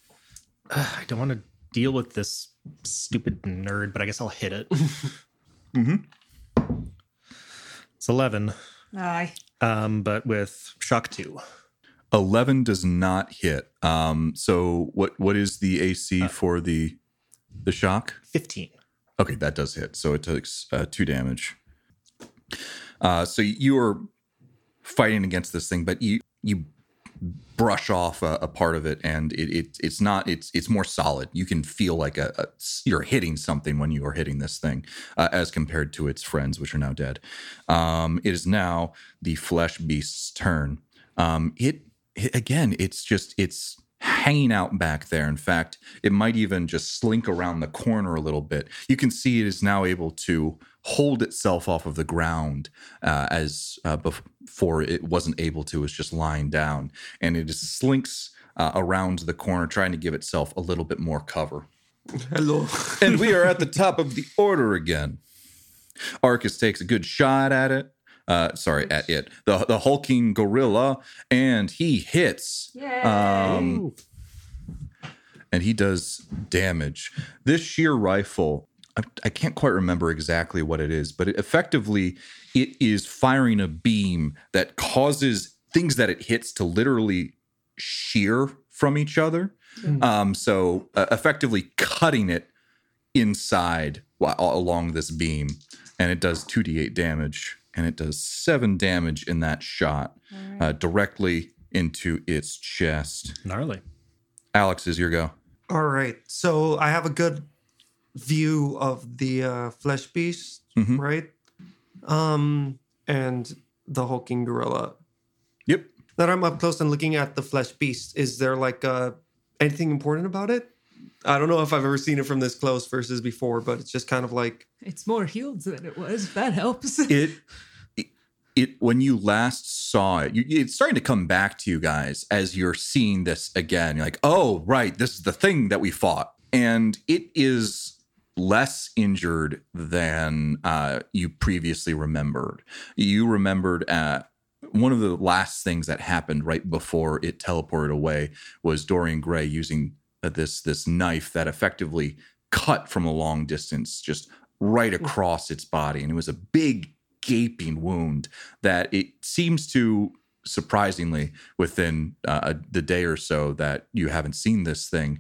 Speaker 3: Ugh, I don't want to deal with this stupid nerd, but I guess I'll hit it.
Speaker 1: Mm-hmm.
Speaker 3: It's 11,
Speaker 2: Aye.
Speaker 3: um, but with shock 2.
Speaker 1: 11 does not hit. Um, so what what is the AC for the the shock?
Speaker 3: 15.
Speaker 1: Okay, that does hit. So it takes uh, two damage. Uh, so you are fighting against this thing, but you you brush off a, a part of it, and it, it it's not it's it's more solid. You can feel like a, a you're hitting something when you are hitting this thing, uh, as compared to its friends, which are now dead. Um, it is now the flesh beast's turn. Um, it, it again, it's just it's hanging out back there. In fact, it might even just slink around the corner a little bit. You can see it is now able to hold itself off of the ground uh, as uh, bef- before it wasn't able to. It's just lying down, and it just slinks. Uh, around the corner, trying to give itself a little bit more cover.
Speaker 4: Hello.
Speaker 1: And we are at the top of the order again. Arcus takes a good shot at it. Uh, sorry, at it. The, the hulking gorilla, and he hits.
Speaker 2: Yeah.
Speaker 1: Um, and he does damage. This sheer rifle, I, I can't quite remember exactly what it is, but it, effectively, it is firing a beam that causes things that it hits to literally shear from each other. Um, so uh, effectively cutting it inside wa- a- along this beam, and it does 2d8 damage, and it does seven damage in that shot uh, directly into its chest.
Speaker 3: Gnarly.
Speaker 1: Alex is your go.
Speaker 4: All right. So I have a good view of the uh, flesh beast,
Speaker 1: Mhm.
Speaker 4: right? Um, and the hulking gorilla.
Speaker 1: Yep.
Speaker 4: That I'm up close and looking at the flesh beast. Is there like uh, anything important about it? I don't know if I've ever seen it from this close versus before, but it's just kind of like
Speaker 2: it's more healed than it was. That helps.
Speaker 1: it it when you last saw it you, it's starting to come back to you guys as you're seeing this again you're like oh right this is the thing that we fought and it is less injured than uh, you previously remembered you remembered uh, one of the last things that happened right before it teleported away was dorian gray using uh, this this knife that effectively cut from a long distance just right across its body and it was a big gaping wound that it seems to surprisingly within uh, the day or so that you haven't seen this thing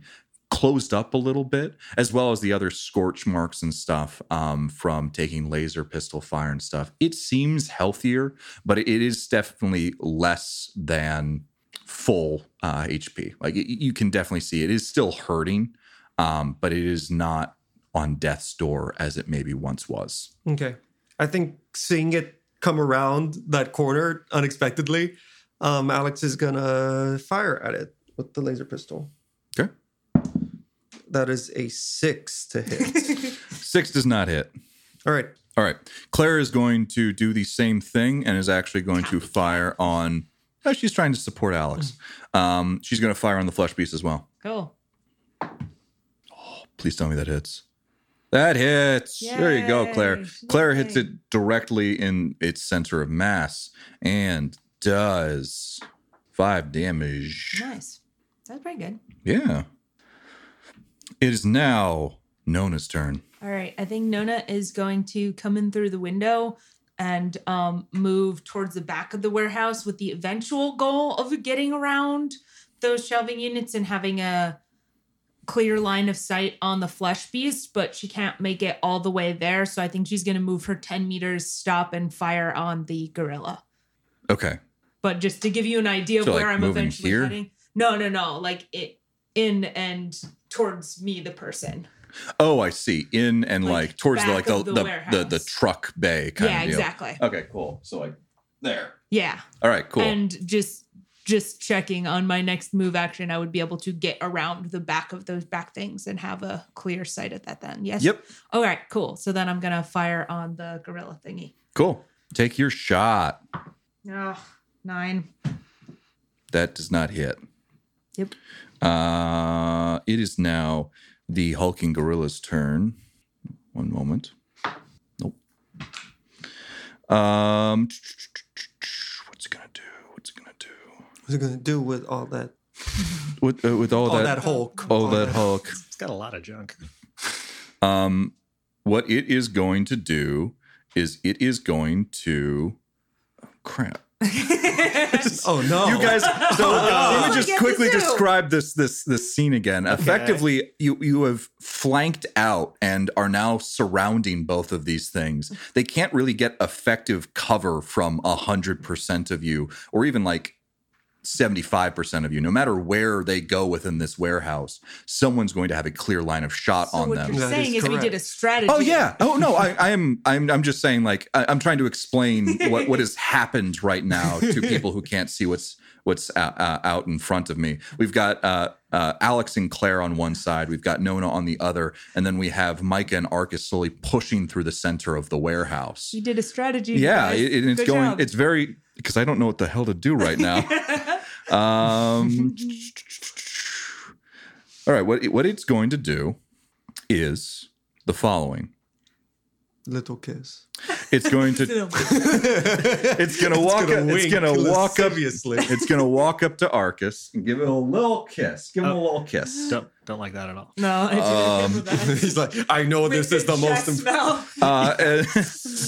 Speaker 1: closed up a little bit as well as the other scorch marks and stuff um, from taking laser pistol fire and stuff it seems healthier but it is definitely less than full uh, hp like it, you can definitely see it is still hurting um, but it is not on death's door as it maybe once was.
Speaker 4: Okay. I think seeing it come around that corner unexpectedly, um, Alex is gonna fire at it with the laser pistol.
Speaker 1: Okay.
Speaker 4: That is a six to hit.
Speaker 1: Six does not hit.
Speaker 4: All right.
Speaker 1: All right. Claire is going to do the same thing and is actually going to fire on. Oh, she's trying to support Alex.
Speaker 2: Mm-hmm.
Speaker 1: Um, she's going to fire on the flesh beast as well.
Speaker 2: Cool.
Speaker 1: Please tell me that hits. That hits. There you go, Claire.
Speaker 2: Yay.
Speaker 1: Claire hits
Speaker 2: Yay.
Speaker 1: it directly in its center of mass and does five damage.
Speaker 2: Nice. That's pretty good.
Speaker 1: Yeah. It is now Nona's turn.
Speaker 2: All right. I think Nona is going to come in through the window and um, move towards the back of the warehouse with the eventual goal of getting around those shelving units and having a clear line of sight on the flesh beast, but she can't make it all the way there. So I think she's going to move her 10 meters, stop, and fire on the gorilla.
Speaker 1: Okay.
Speaker 2: But just to give you an idea of
Speaker 1: So, like,
Speaker 2: where I'm
Speaker 1: moving
Speaker 2: eventually
Speaker 1: here?
Speaker 2: heading. No, no, no. Like it in and towards me, the person.
Speaker 1: Oh, I see. In and like,
Speaker 2: Like,
Speaker 1: towards the
Speaker 2: back
Speaker 1: like the
Speaker 2: of the
Speaker 1: the, the, the
Speaker 2: warehouse.
Speaker 1: truck bay kind
Speaker 2: yeah,
Speaker 1: of deal.
Speaker 2: exactly.
Speaker 1: Okay, cool. So like there.
Speaker 2: Yeah.
Speaker 1: All right, cool.
Speaker 2: and just just checking on my next move action i would be able to get around the back of those back things and have a clear sight at that then yes
Speaker 1: yep.
Speaker 2: all right cool so then i'm gonna fire on the gorilla thingy
Speaker 1: Cool. Take your shot.
Speaker 2: oh nine
Speaker 1: That does not hit.
Speaker 2: Yep.
Speaker 1: Uh it is now the hulking gorilla's turn. One moment. Nope. Um what's it gonna do? What's it gonna do?
Speaker 4: What's it gonna do with all that
Speaker 1: With uh, with all
Speaker 4: all Oh, that,
Speaker 1: that
Speaker 4: Hulk? Oh,
Speaker 1: all that hulk.
Speaker 3: It's got a lot of junk.
Speaker 1: Um, what it is going to do is it is going to oh, crap.
Speaker 4: Oh no.
Speaker 1: You guys, so let me
Speaker 2: I
Speaker 1: just
Speaker 2: get
Speaker 1: quickly
Speaker 2: to do?
Speaker 1: describe this this this scene again. Effectively, you you have flanked out and are now surrounding both of these things. They can't really get effective cover from hundred percent of you, or even like. 75% of you, no matter where they go within this warehouse, someone's going to have a clear line of shot
Speaker 2: so
Speaker 1: on
Speaker 2: what
Speaker 1: them.
Speaker 2: you're
Speaker 4: That
Speaker 2: saying
Speaker 4: is
Speaker 2: is, we did a
Speaker 4: correct.
Speaker 2: strategy
Speaker 1: Oh yeah. Oh no. I, I am. I'm. I'm just saying. Like I, I'm trying to explain what what has happened right now to people who can't see what's what's uh, uh, out in front of me. We've got uh, uh, Alex and Claire on one side. We've got Nona on the other, and then we have Micah and Arcus slowly pushing through the center of the warehouse.
Speaker 2: we did a strategy
Speaker 1: Yeah,
Speaker 2: guys.
Speaker 1: it, it- it's
Speaker 2: Good
Speaker 1: going.
Speaker 2: job.
Speaker 1: It's very because I don't know what the hell to do right now. Um, all right, what it- what it's going to do is the following.
Speaker 4: Little kiss.
Speaker 1: It's going to it's gonna walk up, it's gonna walk up
Speaker 4: obviously.
Speaker 1: it's gonna walk up to Arcus and give it a little kiss. Give him a
Speaker 3: Oh.
Speaker 1: little kiss.
Speaker 3: Don't don't like that at all.
Speaker 2: no i
Speaker 1: Um,
Speaker 2: didn't um,
Speaker 4: He's like, I know this is the most important.
Speaker 2: smell.
Speaker 1: Uh, and,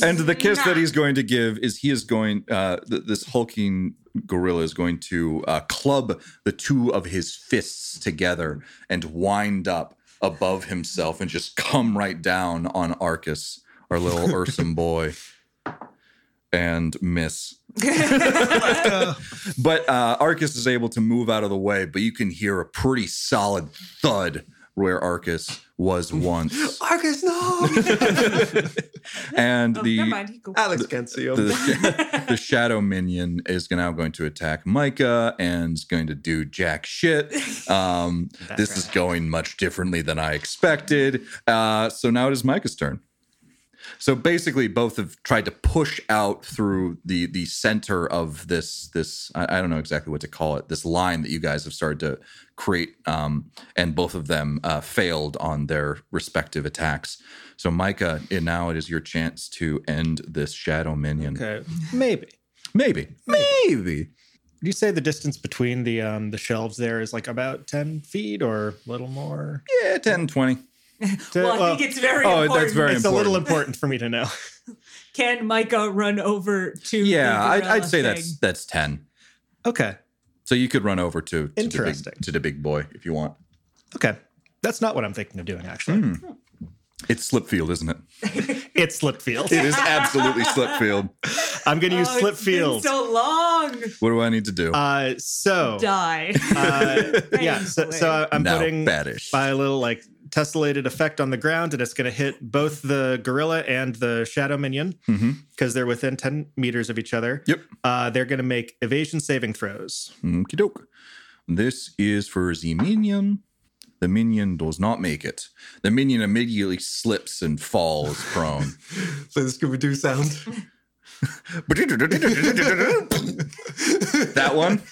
Speaker 1: and the kiss that he's going to give is he is going uh, th- this hulking gorilla is going to uh, club the two of his fists together and wind up above himself and just come right down on Arcus, our little Ursum boy, and miss. But uh, Arcus is able to move out of the way, but you can hear a pretty solid thud where Arcus was once.
Speaker 4: Arcus, no.
Speaker 1: And
Speaker 2: Oh,
Speaker 1: the
Speaker 2: never mind. He go-
Speaker 4: Alex can't see him.
Speaker 1: the, the shadow minion is now going to attack Micah and is going to do jack shit. Um,
Speaker 3: That's
Speaker 1: this is going much differently than I expected. Uh, so now it is Micah's turn. So basically, both have tried to push out through the the center of this this I, I don't know exactly what to call it this line that you guys have started to create, um, and both of them uh, failed on their respective attacks. So Micah, and now it is your chance to end this shadow minion.
Speaker 3: Okay, maybe.
Speaker 1: Maybe, maybe.
Speaker 3: You say the distance between the um the shelves there is like about ten feet or a little more.
Speaker 1: Yeah, 10, 20.
Speaker 3: To-
Speaker 2: well, I
Speaker 4: uh,
Speaker 3: well,
Speaker 2: think it's very
Speaker 1: oh,
Speaker 2: important.
Speaker 1: that's very
Speaker 3: it's a little important for me to know.
Speaker 2: Can Micah run over to? the
Speaker 1: Yeah, I'd,
Speaker 2: gorilla
Speaker 1: I'd say
Speaker 2: thing?
Speaker 1: that's that's ten.
Speaker 3: Okay,
Speaker 1: So you could run over to, to The
Speaker 3: Interesting.
Speaker 1: big, to the big boy if you want.
Speaker 3: okay, that's not what I'm thinking of doing. Actually,
Speaker 1: It's slip field, isn't it?
Speaker 3: it's slip field.
Speaker 1: It is absolutely slip field.
Speaker 3: I'm going to use
Speaker 2: Oh,
Speaker 3: slip
Speaker 2: it's been
Speaker 3: field.
Speaker 2: so long.
Speaker 1: What do I need to do?
Speaker 3: uh, so
Speaker 2: Die.
Speaker 3: uh, yeah, so, so I- I'm
Speaker 1: now,
Speaker 3: putting
Speaker 1: baddish.
Speaker 3: my little like tessellated effect on the ground, and it's going to hit both the gorilla and the shadow minion
Speaker 1: hmm
Speaker 3: because they're within 10 meters of each other.
Speaker 1: Yep.
Speaker 3: Uh, they're going to make evasion saving throws.
Speaker 1: Mm-hmm. Okie doke. This is for the minion. The minion does not make it. The minion immediately slips and falls prone.
Speaker 4: Play the Scooby Doo sound.
Speaker 1: that one?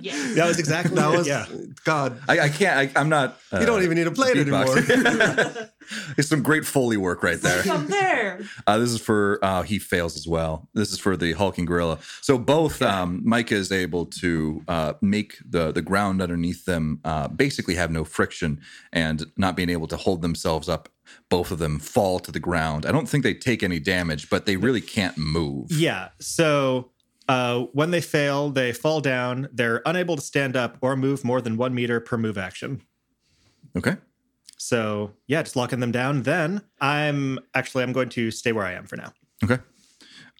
Speaker 2: Yeah.
Speaker 3: That was exactly
Speaker 4: That
Speaker 3: it,
Speaker 4: was
Speaker 3: yeah.
Speaker 4: God.
Speaker 1: I, I can't. I, I'm not. Uh,
Speaker 4: You don't even need to play it anymore.
Speaker 1: beatboxing. it's some great Foley work right there.
Speaker 2: From there.
Speaker 1: Uh, this is for uh, he fails as well. This is for the hulking gorilla. So both um, Micah is able to uh, make the the ground underneath them uh, basically have no friction and not being able to hold themselves up. Both of them fall to the ground. I don't think they take any damage, but they really can't move.
Speaker 3: Yeah. So uh, when they fail, they fall down. They're unable to stand up or move more than one meter per move action.
Speaker 1: Okay.
Speaker 3: So yeah, just locking them down. Then I'm actually I'm going to stay where I am for now.
Speaker 1: Okay.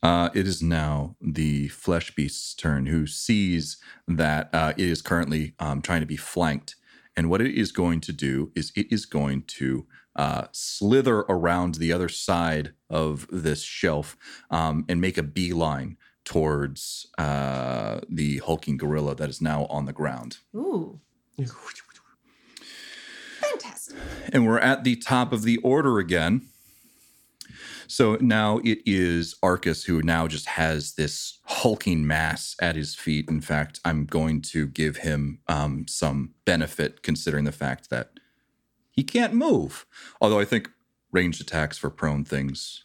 Speaker 1: Uh, it is now the flesh beast's turn, who sees that uh, it is currently um, trying to be flanked. And what it is going to do is it is going to uh, slither around the other side of this shelf um, and make a beeline towards uh, the hulking gorilla that is now on the ground.
Speaker 2: Ooh. Fantastic.
Speaker 1: And we're at the top of the order again. So now it is Arcus who now just has this hulking mass at his feet. In fact, I'm going to give him um, some benefit considering the fact that he can't move. Although I think ranged attacks for prone things.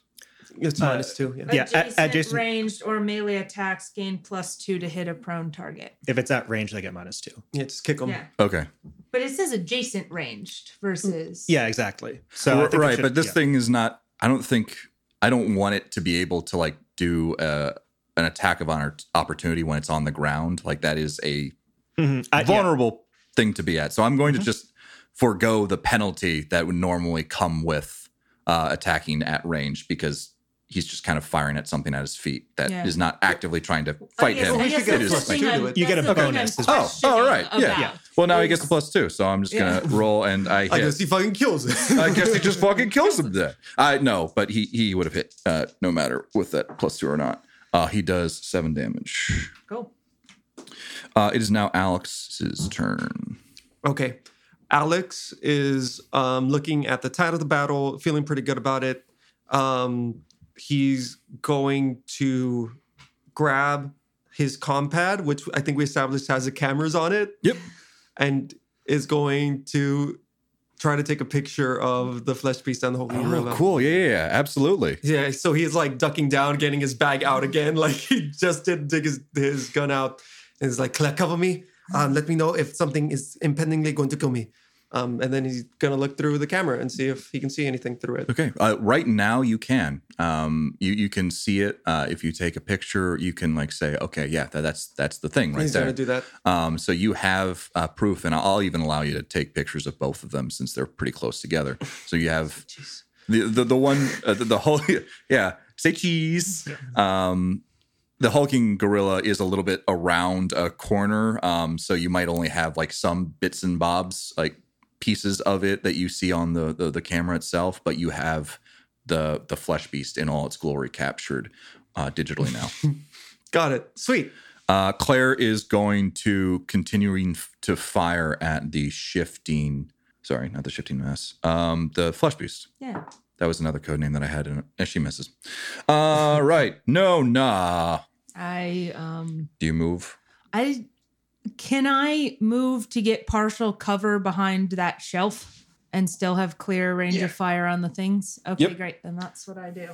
Speaker 4: It's minus two. Yeah.
Speaker 3: Yeah, a-
Speaker 2: Adjacent,
Speaker 3: adjacent-
Speaker 2: ranged or melee attacks gain plus two to hit a prone target.
Speaker 3: If it's at range, they get minus two.
Speaker 4: yeah, just kick them.
Speaker 2: Yeah.
Speaker 1: Okay.
Speaker 2: But it says adjacent ranged versus.
Speaker 3: Yeah, exactly. So I
Speaker 1: R-
Speaker 3: think it
Speaker 1: right,
Speaker 3: should-
Speaker 1: but this
Speaker 3: yeah.
Speaker 1: thing is not. I don't think. I don't want it to be able to like do uh, an attack of honor opportunity when it's on the ground. Like that is a
Speaker 3: Mhm.
Speaker 2: Uh,
Speaker 3: I- yeah.
Speaker 1: vulnerable thing to be at. So I'm going
Speaker 2: Mm-hmm.
Speaker 1: to just forego the penalty that would normally come with uh, attacking at range because he's just kind of firing at something at his feet that is
Speaker 2: Yeah.
Speaker 1: not actively trying to
Speaker 2: I
Speaker 1: fight
Speaker 2: guess-
Speaker 1: him.
Speaker 2: I guess
Speaker 4: should get
Speaker 1: It
Speaker 2: that's
Speaker 1: is
Speaker 2: the
Speaker 4: plus
Speaker 1: flanking.
Speaker 2: thing
Speaker 4: two to
Speaker 2: I'm-
Speaker 4: it.
Speaker 3: You get a
Speaker 2: that's the thing I'm
Speaker 3: bonus.
Speaker 1: Oh,
Speaker 2: questioning
Speaker 1: oh, right. Yeah.
Speaker 2: about.
Speaker 1: yeah. Well, now he gets a plus two, so I'm just gonna roll and I hit.
Speaker 4: I guess he fucking kills it.
Speaker 1: I guess he just fucking kills him then. I no, but he he would have hit uh, no matter with that plus two or not. Uh, he does seven damage.
Speaker 2: Cool.
Speaker 1: Uh, it is now Alex's turn.
Speaker 4: Okay. Alex is um, looking at the tide of the battle, feeling pretty good about it. Um, he's going to grab his compad, which I think we established has the cameras on it.
Speaker 1: Yep.
Speaker 4: And is going to try to take a picture of the flesh beast and the holy gorilla.
Speaker 1: Oh, cool. Yeah, yeah, yeah, absolutely.
Speaker 4: Yeah, so he's like ducking down, getting his bag out again. Like he just did take his, his gun out and he's like, "Cla- cover me. Um, let me know if something is impendingly going to kill me. Um, and then he's gonna look through the camera and see if he can see anything through it.
Speaker 1: Okay. Uh, right now, you can. Um, you you can see it. Uh, if you take a picture, you can like say, okay, yeah, tha- that's that's the thing right
Speaker 4: he's
Speaker 1: there.
Speaker 4: gonna do that.
Speaker 1: um, so you have uh, proof, and I'll even allow you to take pictures of both of them since they're pretty close together. So you have the the, the one uh, the, the whole yeah. Say cheese. Um, the hulking gorilla is a little bit around a corner, um, so you might only have like some bits and bobs, like pieces of it that you see on the the, the camera itself, but you have the the flesh beast in all its glory captured uh, digitally now.
Speaker 4: Got it. Sweet.
Speaker 1: Uh, Claire is going to continuing f- to fire at the shifting. Sorry, not the shifting mass. Um, the flesh beast.
Speaker 2: Yeah.
Speaker 1: That was another code name that I had, and and she misses. All right, no, nah.
Speaker 2: I um
Speaker 1: Do you move?
Speaker 2: I can I move to get partial cover behind that shelf and still have clear range
Speaker 1: Yeah.
Speaker 2: of fire on the things? Okay,
Speaker 1: Yep.
Speaker 2: great. Then that's what I do.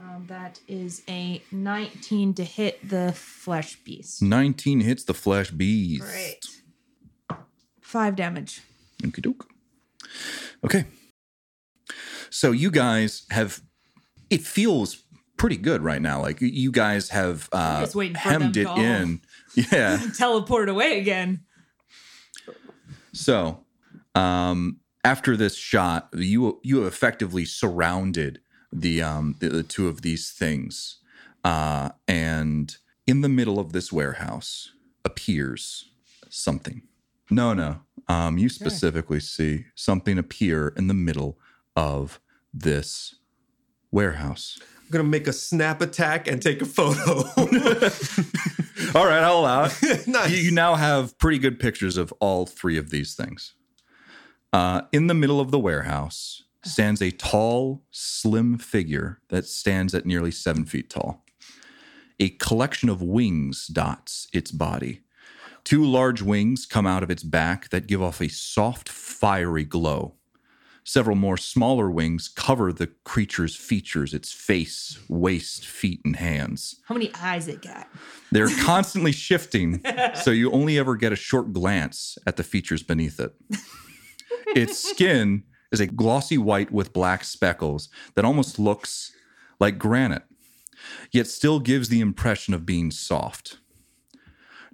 Speaker 2: Um, that is a 19 to hit the flesh beast.
Speaker 1: Nineteen hits the flesh beast.
Speaker 2: Great. Five damage.
Speaker 1: Okie doke. Okay. So you guys have. It feels pretty good right now. Like you- you guys have uh,
Speaker 2: just waiting for them
Speaker 1: hemmed
Speaker 2: to
Speaker 1: it
Speaker 2: all-
Speaker 1: in. Yeah.
Speaker 2: Teleport away again.
Speaker 1: So, um, after this shot, you you have effectively surrounded the um, the, the two of these things, uh, and in the middle of this warehouse appears something. No, no, um, you specifically see something appear in the middle of this warehouse.
Speaker 4: I'm gonna make a snap attack and take a photo.
Speaker 1: All right, I'll allow it.
Speaker 4: nice.
Speaker 1: you, you now have pretty good pictures of all three of these things. Uh, in the middle of the warehouse stands a tall, slim figure that stands at nearly seven feet tall. A collection of wings dots its body. Two large wings come out of its back that give off a soft, fiery glow. Several more smaller wings cover the creature's features, its face, waist, feet, and hands.
Speaker 2: How many eyes it got?
Speaker 1: They're constantly shifting, so you only ever get a short glance at the features beneath it. Its skin is a glossy white with black speckles that almost looks like granite, yet still gives the impression of being soft.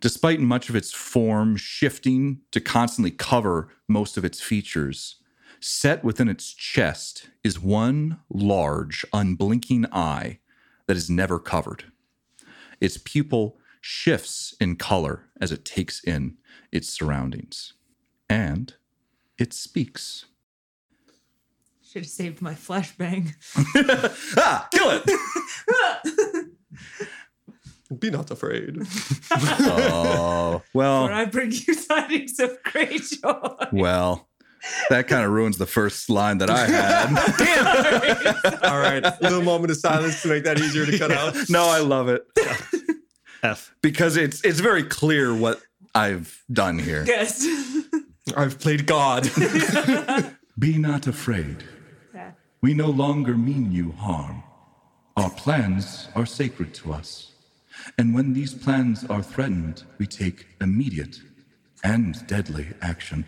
Speaker 1: Despite much of its form shifting to constantly cover most of its features, set within its chest is one large, unblinking eye that is never covered. Its pupil shifts in color as it takes in its surroundings. And it speaks.
Speaker 2: Should have saved my flashbang.
Speaker 1: Ah, kill it!
Speaker 4: Be not afraid.
Speaker 1: oh,
Speaker 2: Where
Speaker 1: well,
Speaker 2: I bring you tidings of great joy.
Speaker 1: well, that kind of ruins the first line that I had.
Speaker 4: All right, little moment of silence to make that easier to cut out.
Speaker 1: no, I love it
Speaker 3: F.
Speaker 1: because it's it's very clear what I've done here.
Speaker 2: Yes.
Speaker 4: I've played God.
Speaker 1: Be not afraid.
Speaker 2: Yeah.
Speaker 1: We no longer mean you harm. Our plans are sacred to us. And when these plans are threatened, we take immediate and deadly action.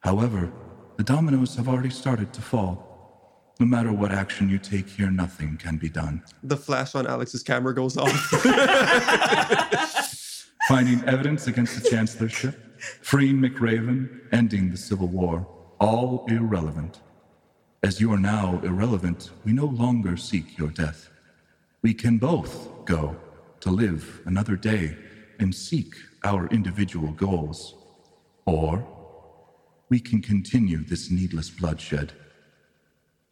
Speaker 1: However, the dominoes have already started to fall. No matter what action you take here, nothing can be done.
Speaker 4: the flash on Alex's camera goes off.
Speaker 1: Finding evidence against the chancellorship, freeing McRaven, ending the Civil War, all irrelevant. As you are now irrelevant, we no longer seek your death. We can both go to live another day and seek our individual goals. Or we can continue this needless bloodshed.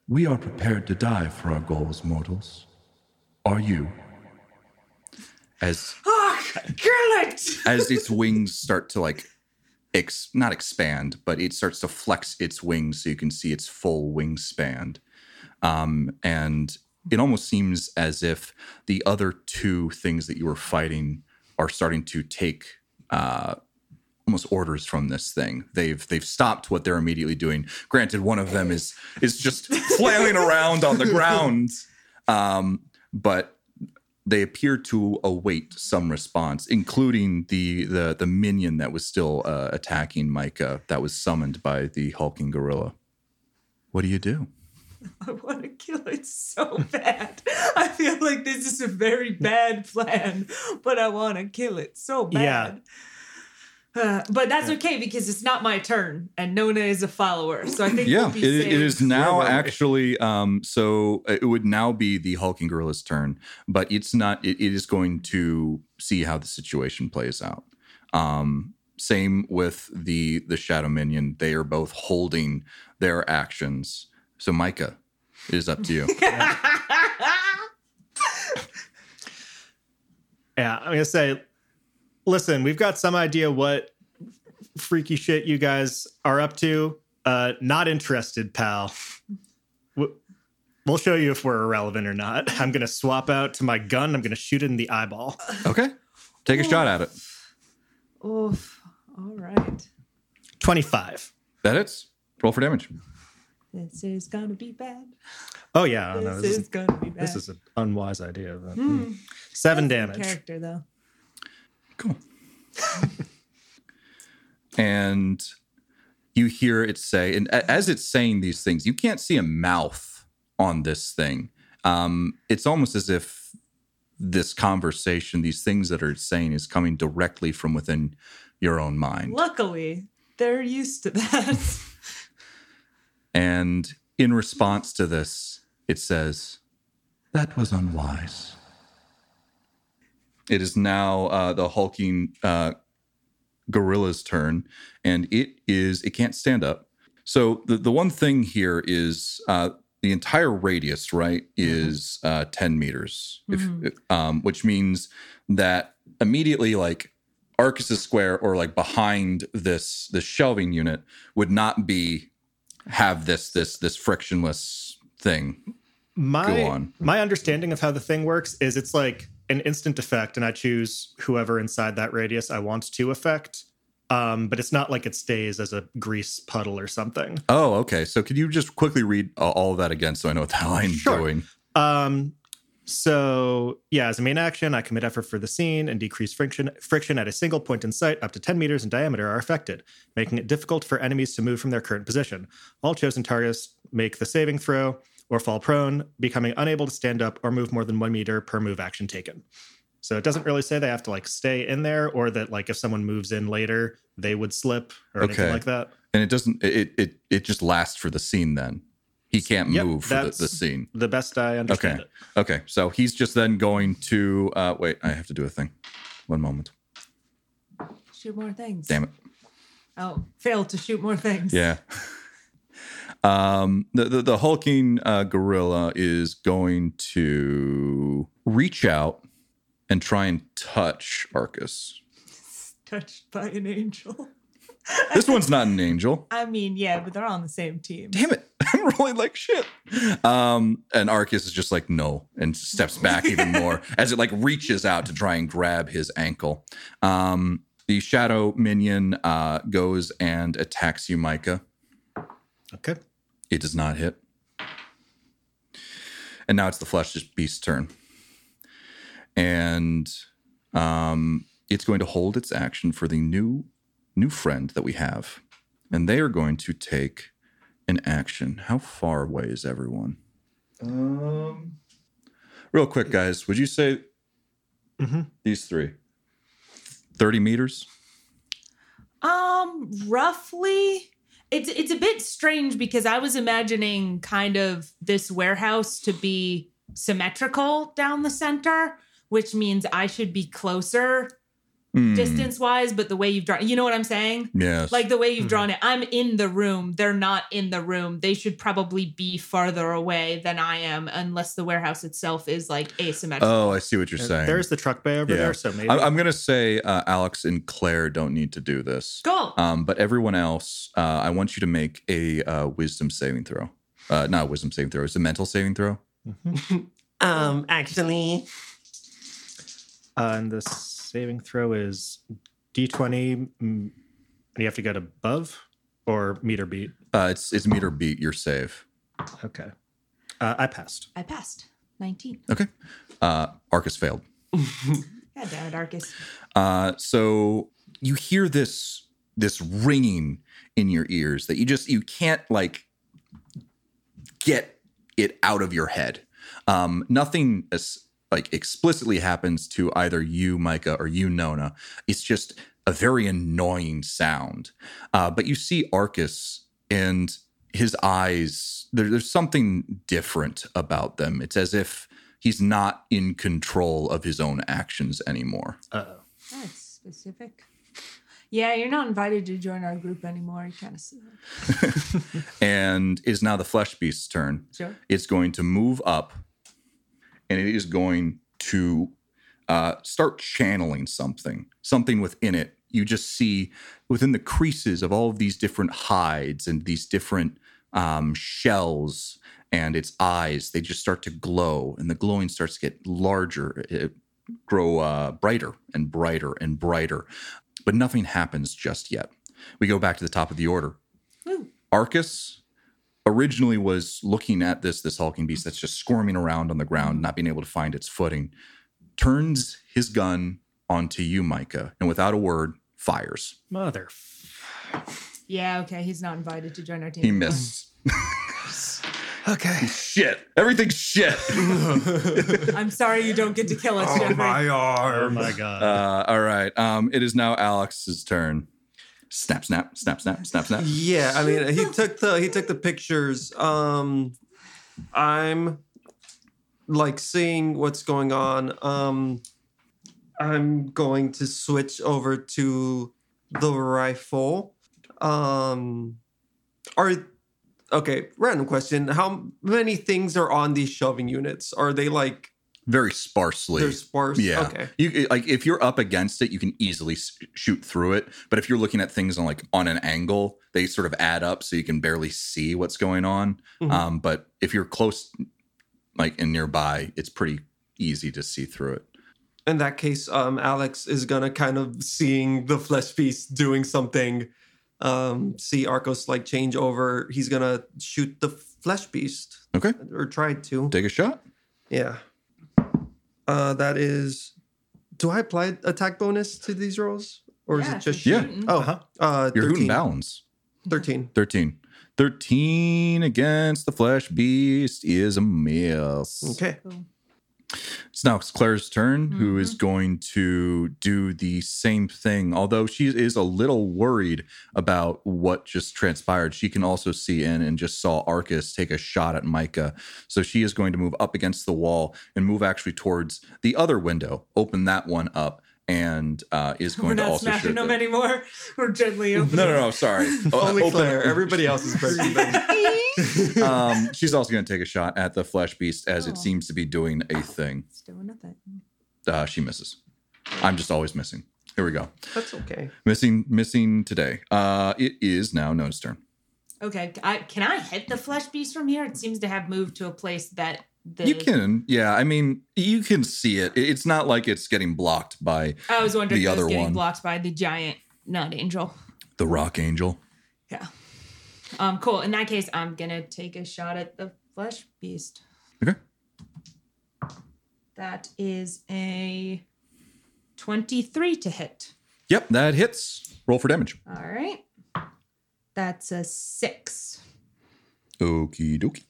Speaker 1: We are prepared to die for our goals, mortals. Are you? As
Speaker 2: Kill it!
Speaker 1: as its wings start to like ex- not expand but it starts to flex its wings so you can see its full wingspan um, and it almost seems as if the other two things that you were fighting are starting to take uh, almost orders from this thing they've they've stopped what they're immediately doing granted one of them is is just flailing around on the ground um, but they appear to await some response, including the the the minion that was still uh, attacking Micah, that was summoned by the hulking gorilla. What do you do?
Speaker 2: I want to kill it so bad. I feel like this is a very bad plan, but I want to kill it so
Speaker 3: Yeah.
Speaker 2: bad. Uh, but that's okay because it's not my turn, and Nona is a follower, so I think
Speaker 1: Yeah,
Speaker 2: we'll
Speaker 1: it,
Speaker 2: be safe.
Speaker 1: it is now
Speaker 4: Where were we?
Speaker 1: actually. Um, so it would now be the hulking gorilla's turn, but it's not. It, it is going to see how the situation plays out. Um, same with the the shadow minion. They are both holding their actions. So Micah, it is up to you.
Speaker 3: Yeah, I'm gonna say, listen, we've got some idea what freaky shit you guys are up to. Uh, not interested, pal. W- We'll show you if we're irrelevant or not. I'm gonna swap out to my gun. I'm gonna shoot it in the eyeball.
Speaker 1: Okay. Take a shot at it.
Speaker 2: Oof. All right.
Speaker 3: Twenty-five.
Speaker 1: That hits. Roll for damage.
Speaker 2: This is gonna be bad.
Speaker 3: Oh yeah, I know,
Speaker 2: this
Speaker 3: this,
Speaker 2: is
Speaker 3: is,
Speaker 2: gonna be bad.
Speaker 3: this is an unwise idea. but- hmm. Seven damage.
Speaker 2: character though.
Speaker 1: Cool. and you hear it say, and a- as it's saying these things, you can't see a mouth on this thing. Um, it's almost as if this conversation, these things that are saying, is coming directly from within your own mind.
Speaker 2: Luckily, they're used to that.
Speaker 1: And in response to this, it says, That was unwise. It is now uh, the hulking uh, gorilla's turn, and it is it can't stand up. So the the one thing here is uh, the entire radius, right, is uh, ten meters, if-
Speaker 2: Mhm.
Speaker 1: if, um, which means that immediately like Arcus's square or like behind this this shelving unit would not be have this this this frictionless thing go
Speaker 3: My
Speaker 1: on.
Speaker 3: my understanding of how the thing works is it's like an instant effect, and I choose whoever inside that radius I want to affect. Um, but it's not like it stays as a grease puddle or something.
Speaker 1: Oh, okay. So could you just quickly read uh, all of that again so I know what the hell I'm
Speaker 3: Sure.
Speaker 1: doing?
Speaker 3: Um, so yeah, as a main action, I commit effort for the scene and decrease friction. Friction at a single point in sight, up to 10 meters in diameter, are affected, making it difficult for enemies to move from their current position. All chosen targets make the saving throw or fall prone, becoming unable to stand up or move more than one meter per move action taken. So it doesn't really say they have to like stay in there, or that like if someone moves in later, they would slip or anything
Speaker 1: Okay.
Speaker 3: like that.
Speaker 1: And it doesn't it it it just lasts for the scene then. He can't
Speaker 3: Yep,
Speaker 1: move for the, the
Speaker 3: that's-
Speaker 1: scene.
Speaker 3: The best I understand
Speaker 1: Okay.
Speaker 3: it.
Speaker 1: Okay. So he's just then going to uh wait, I have to do a thing. One moment.
Speaker 2: Shoot more things.
Speaker 1: Damn it.
Speaker 2: Oh, fail to shoot more things.
Speaker 1: Yeah. Um, the, the the hulking uh, gorilla is going to reach out and try and touch Arcus.
Speaker 2: Touched by an angel.
Speaker 1: This one's not an angel.
Speaker 2: I mean, yeah, but they're all on the same team.
Speaker 1: Damn it! I'm rolling like shit. Um, and Arcus is just like no, and steps back even more as it like reaches out to try and grab his ankle. Um, the shadow minion uh, goes and attacks you, Micah.
Speaker 3: Okay.
Speaker 1: It does not hit. And now it's the flesh beast's turn. And um, it's going to hold its action for the new new friend that we have. And they are going to take an action. How far away is everyone? Um real quick, guys, would you say
Speaker 3: Mhm.
Speaker 1: these three? 30 meters?
Speaker 2: Um, roughly. It's it's a bit strange because I was imagining kind of this warehouse to be symmetrical down the center, which means I should be closer
Speaker 1: Hmm,
Speaker 2: distance wise, but the way you've drawn you know what I'm saying?
Speaker 1: Yes.
Speaker 2: Like the way you've
Speaker 3: Mhm.
Speaker 2: drawn it, I'm in the room. They're not in the room. They should probably be farther away than I am, unless the warehouse itself is like asymmetrical.
Speaker 1: oh, I see what you're saying.
Speaker 3: There's the truck bay over
Speaker 1: Yeah.
Speaker 3: there, so maybe
Speaker 1: I- I'm going to say uh, Alex and Claire don't need to do this.
Speaker 2: Go.
Speaker 1: Um, but everyone else, uh, I want you to make a uh, wisdom saving throw. Uh, not a wisdom saving throw. It's a mental saving throw.
Speaker 5: Um, actually,
Speaker 3: Uh, and the saving throw is d20, mm, and you have to get above or meter beat.
Speaker 1: Uh, it's it's meter beat your save.
Speaker 3: Okay. Uh, I passed.
Speaker 2: I passed. 19.
Speaker 1: Okay. Uh, Arcus failed.
Speaker 2: God damn it, Arcus.
Speaker 1: Uh, so you hear this this ringing in your ears that you just you can't like get it out of your head. Um, nothing as like explicitly happens to either you, Micah, or you, Nona. It's just a very annoying sound. Uh, but you see Arcus and his eyes. There, there's something different about them. It's as if he's not in control of his own actions anymore.
Speaker 3: Uh-oh.
Speaker 2: That's specific. Yeah, you're not invited to join our group anymore. You kind of
Speaker 1: and is now the flesh beast's turn.
Speaker 2: sure.
Speaker 1: It's going to move up, and it is going to uh, start channeling something, something within it. You just see within the creases of all of these different hides and these different um, shells and its eyes, they just start to glow, and the glowing starts to get larger, it grow uh, brighter and brighter and brighter. But nothing happens just yet. We go back to the top of the order.
Speaker 2: Woo.
Speaker 1: Arcus originally was looking at this this hulking beast that's just squirming around on the ground, not being able to find its footing, turns his gun onto you, Micah, and without a word, fires.
Speaker 3: Mother.
Speaker 2: Yeah, okay. He's not invited to join our
Speaker 1: He
Speaker 2: team.
Speaker 1: missed.
Speaker 3: Okay.
Speaker 1: shit. Everything's shit.
Speaker 2: I'm sorry you don't get to kill us, Jeffrey.
Speaker 3: Oh
Speaker 4: arm.
Speaker 3: my god.
Speaker 1: Uh, all right. Um, it is now Alex's turn. Snap, snap, snap, snap, snap, snap.
Speaker 4: Yeah, I mean he took the he took the pictures. Um I'm like seeing what's going on. Um I'm going to switch over to the rifle. Um, are okay. Random question: How many things are on these shoving units? Are they like
Speaker 1: Very sparsely.
Speaker 4: they're sparse?
Speaker 1: Yeah.
Speaker 4: Okay.
Speaker 1: You eh, like if you're up against it, you can easily s- shoot through it. But if you're looking at things on like on an angle, they sort of add up so you can barely see what's going on.
Speaker 4: Mhm.
Speaker 1: Um, but if you're close, like and nearby, it's pretty easy to see through it.
Speaker 4: In that case, um, Alex is gonna kind of seeing the flesh beast doing something. Um, see Arcos like change over. He's gonna shoot the flesh beast
Speaker 1: Okay,
Speaker 4: or try to.
Speaker 1: take a shot.
Speaker 4: Yeah. Uh, that is. Do I apply attack bonus to these rolls, or is
Speaker 2: Yeah,
Speaker 4: it just
Speaker 1: Yeah.
Speaker 2: shooting.
Speaker 4: Oh,
Speaker 3: Uh-huh.
Speaker 4: uh,
Speaker 1: You're
Speaker 4: 13,
Speaker 1: hooting balance.
Speaker 4: 13.
Speaker 1: Thirteen. Thirteen against the flesh beast is a miss.
Speaker 4: Okay.
Speaker 2: Cool.
Speaker 1: It's now Claire's turn, who
Speaker 2: Mm-hmm.
Speaker 1: is going to do the same thing, although she is a little worried about what just transpired. She can also see in and just saw Arcus take a shot at Micah. So she is going to move up against the wall and move actually towards the other window, open that one up, and uh, is
Speaker 2: We're
Speaker 1: going to
Speaker 2: not
Speaker 1: also shoot.
Speaker 2: smashing them
Speaker 1: the-
Speaker 2: anymore. We're gently opening.
Speaker 1: no, no, no, sorry. O-
Speaker 4: Only
Speaker 1: open-
Speaker 4: Claire. Everybody else is breaking things.
Speaker 1: um, she's also going to take a shot at the flesh beast as
Speaker 2: Oh.
Speaker 1: it seems to be doing a thing.
Speaker 2: It's doing nothing.
Speaker 1: Uh, she misses. I'm just always missing. Here we go.
Speaker 4: That's okay.
Speaker 1: Missing, missing today. Uh, it is now Nona's turn.
Speaker 2: Okay, I, can I hit the flesh beast from here? It seems to have moved to a place that the
Speaker 1: You can, yeah. I mean, you can see it. It- It's not like it's getting blocked by
Speaker 2: I was wondering
Speaker 1: the
Speaker 2: if it was
Speaker 1: other
Speaker 2: getting
Speaker 1: one.
Speaker 2: blocked by the giant nut angel.
Speaker 1: the Rock Angel.
Speaker 2: Yeah. Um. Cool. In that case, I'm gonna take a shot at the flesh beast.
Speaker 1: Okay.
Speaker 2: That is a twenty-three to hit.
Speaker 1: Yep, that hits. Roll for damage.
Speaker 2: All right. That's a six.
Speaker 1: Okie dokie.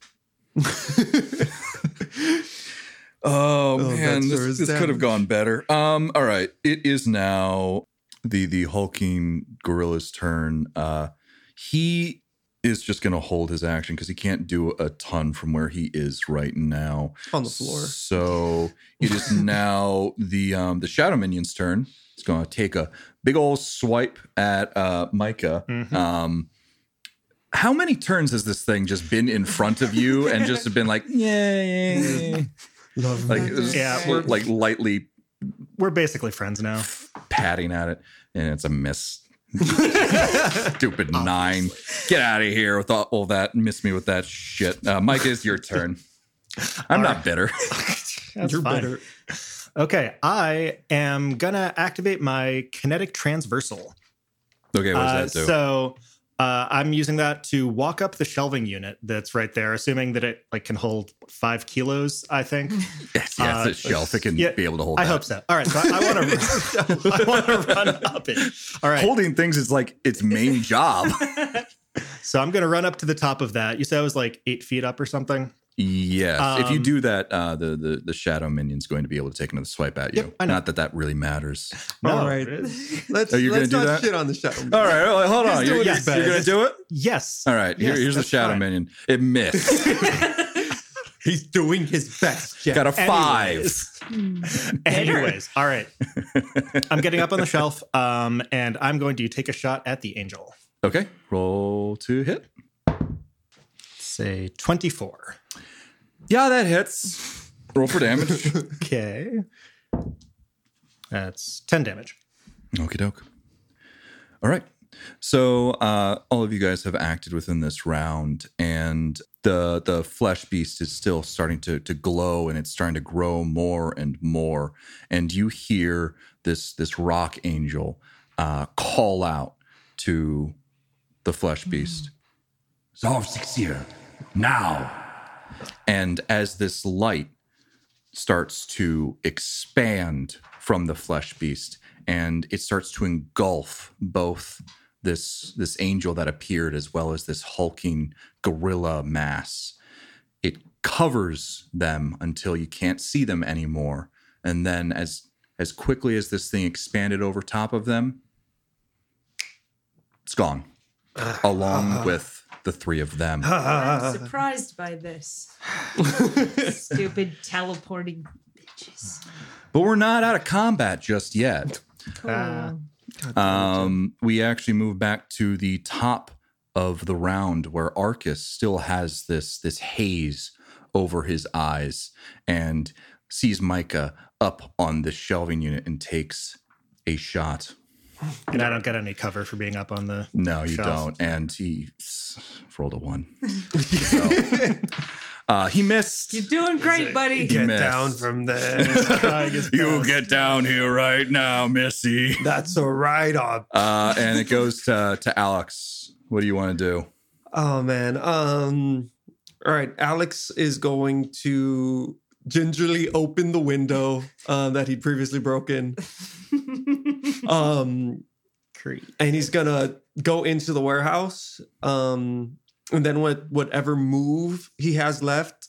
Speaker 1: oh, man,
Speaker 4: that
Speaker 1: this,
Speaker 4: sure is
Speaker 1: this could have
Speaker 4: damage.
Speaker 1: gone better. Um, all right, it is now the the hulking gorilla's turn. Uh, he is just going to hold his action because he can't do a ton from where he is right now.
Speaker 4: On the floor.
Speaker 1: So it is now the um, the shadow minion's turn. It's going to take a big old swipe at uh, Micah.
Speaker 3: Mhm.
Speaker 1: Um, how many turns has this thing just been in front of you and just been like, yay,
Speaker 4: Love
Speaker 1: like
Speaker 3: Yeah,
Speaker 1: s-
Speaker 3: we're-
Speaker 1: like lightly
Speaker 3: We're basically friends now.
Speaker 1: patting at it, and it's a miss. Stupid nine, get out of here with all, all that. Miss me with that shit. Uh, Mike, it's your turn. I'm not bitter.
Speaker 3: That's
Speaker 4: You're
Speaker 3: fine.
Speaker 4: better.
Speaker 3: Okay, I am gonna activate my kinetic transversal.
Speaker 1: Okay, what does that
Speaker 3: Uh,
Speaker 1: do?
Speaker 3: so uh, I'm using that to walk up the shelving unit that's right there, assuming that it like can hold five kilos. I think.
Speaker 1: yes, yes,
Speaker 3: uh,
Speaker 1: the shelf. It can
Speaker 3: yeah,
Speaker 1: be able to hold.
Speaker 3: I
Speaker 1: that.
Speaker 3: hope so. All right, so I, I want to. I want to run up it. All right,
Speaker 1: Holding things is like its main job.
Speaker 3: so I'm gonna run up to the top of that. You said I was like eight feet up or something.
Speaker 1: yes, if you
Speaker 3: Um,
Speaker 1: do that, uh, the, the the shadow minion's going to be able to take another swipe at you.
Speaker 3: Yep, I know.
Speaker 1: Not that that really matters.
Speaker 4: All right. Let's,
Speaker 1: Oh, you're gonna
Speaker 4: let's
Speaker 1: do
Speaker 4: not
Speaker 1: that? Oh.
Speaker 4: shit on the shadow.
Speaker 1: All right, well, hold
Speaker 4: He's
Speaker 1: on.
Speaker 4: doing
Speaker 1: You're,
Speaker 3: his
Speaker 1: you're gonna
Speaker 4: best.
Speaker 1: do it.
Speaker 3: Yes.
Speaker 1: All right, here-
Speaker 3: Yes,
Speaker 1: here's the
Speaker 3: that's
Speaker 1: shadow
Speaker 3: fine.
Speaker 1: minion. It missed.
Speaker 4: He's doing his best. Jack.
Speaker 1: Got a five.
Speaker 3: Anyways. Anyways, all right. I'm getting up on the shelf, um, and I'm going to take a shot at the angel.
Speaker 1: Okay, roll to hit.
Speaker 3: Say 24.
Speaker 1: Yeah, that hits. Roll for damage.
Speaker 3: Okay. That's 10 damage.
Speaker 1: Okie doke. All right. So uh, all of you guys have acted within this round, and the the flesh beast is still starting to to glow, and it's starting to grow more and more. And you hear this this rock angel uh, call out to the flesh beast. Zov Mm-hmm. Sixir, now! And as this light starts to expand from the flesh beast and it starts to engulf both this this angel that appeared as well as this hulking gorilla mass it covers them until you can't see them anymore and then as as quickly as this thing expanded over top of them it's gone along with the three of them
Speaker 2: I'm surprised by this. Stupid teleporting bitches.
Speaker 1: But we're not out of combat just yet.
Speaker 4: Uh,
Speaker 2: Cool.
Speaker 3: Ah.
Speaker 1: Um, we actually move back to the top of the round where Arcus still has this this haze over his eyes and sees Micah up on the shelving unit and takes a shot.
Speaker 3: And I don't get any cover for being up on the.
Speaker 1: No, you
Speaker 3: Shelf.
Speaker 1: don't. And he s- rolled a one. So, uh, he missed.
Speaker 2: You're doing great, buddy.
Speaker 1: Yeah.
Speaker 4: Get
Speaker 1: missed.
Speaker 4: down from there.
Speaker 1: you get down here right now, Missy.
Speaker 4: That's a write off.
Speaker 1: Uh, and it goes to, to Alex. What do you want to do?
Speaker 4: Oh man. Um all right, Alex is going to gingerly open the window uh, that he'd previously broken. um and he's gonna go into the warehouse. Um and then what whatever move he has left,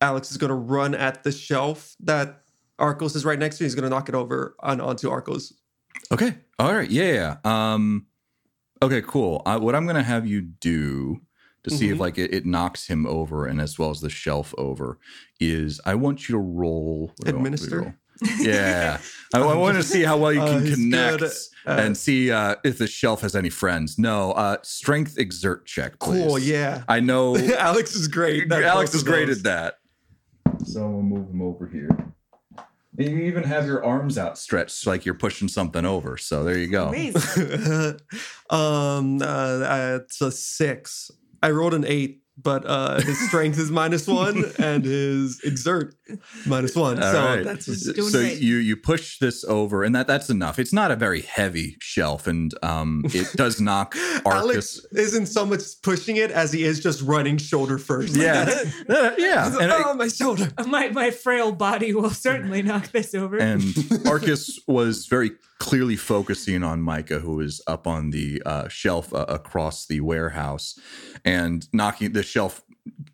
Speaker 4: Alex is gonna run at the shelf that Arcos is right next to. He's gonna knock it over on onto Arcos.
Speaker 1: Okay. All right. Yeah. yeah. Um. Okay. Cool. I, what I'm gonna have you do to see if
Speaker 4: Mhm.
Speaker 1: like it, it knocks him over and as well as the shelf over is I want you to roll what do I want you to
Speaker 4: Administer?
Speaker 1: roll? Yeah. I, I want to see how well you
Speaker 4: Uh,
Speaker 1: can
Speaker 4: he's
Speaker 1: connect
Speaker 4: good at-
Speaker 1: and see uh, if the shelf has any friends. No. Uh, strength exert check. Please.
Speaker 4: Cool, yeah.
Speaker 1: I know.
Speaker 4: Alex is great. That's
Speaker 1: Alex
Speaker 4: both
Speaker 1: is
Speaker 4: of
Speaker 1: great
Speaker 4: those.
Speaker 1: at that. So I'm gonna move him over here. And you even have your arms outstretched like you're pushing something over. So there you go.
Speaker 2: Amazing.
Speaker 4: um, uh, it's a six. I rolled an eight, but uh, his strength is minus one and his exert minus one.
Speaker 1: All
Speaker 4: so
Speaker 1: right.
Speaker 4: that's
Speaker 2: He's doing
Speaker 1: so
Speaker 2: great.
Speaker 1: you you push this over, and that that's enough. It's not a very heavy shelf, and um, it does knock
Speaker 4: Alex
Speaker 1: Arcus.
Speaker 4: isn't so much pushing it as he is just running shoulder first.
Speaker 1: Yeah, yeah, yeah. And,
Speaker 4: oh, my shoulder.
Speaker 2: my my frail body will certainly knock this over.
Speaker 1: and Arcus was very clearly focusing on Micah, who is up on the uh, shelf uh, across the warehouse, and knocking the shelf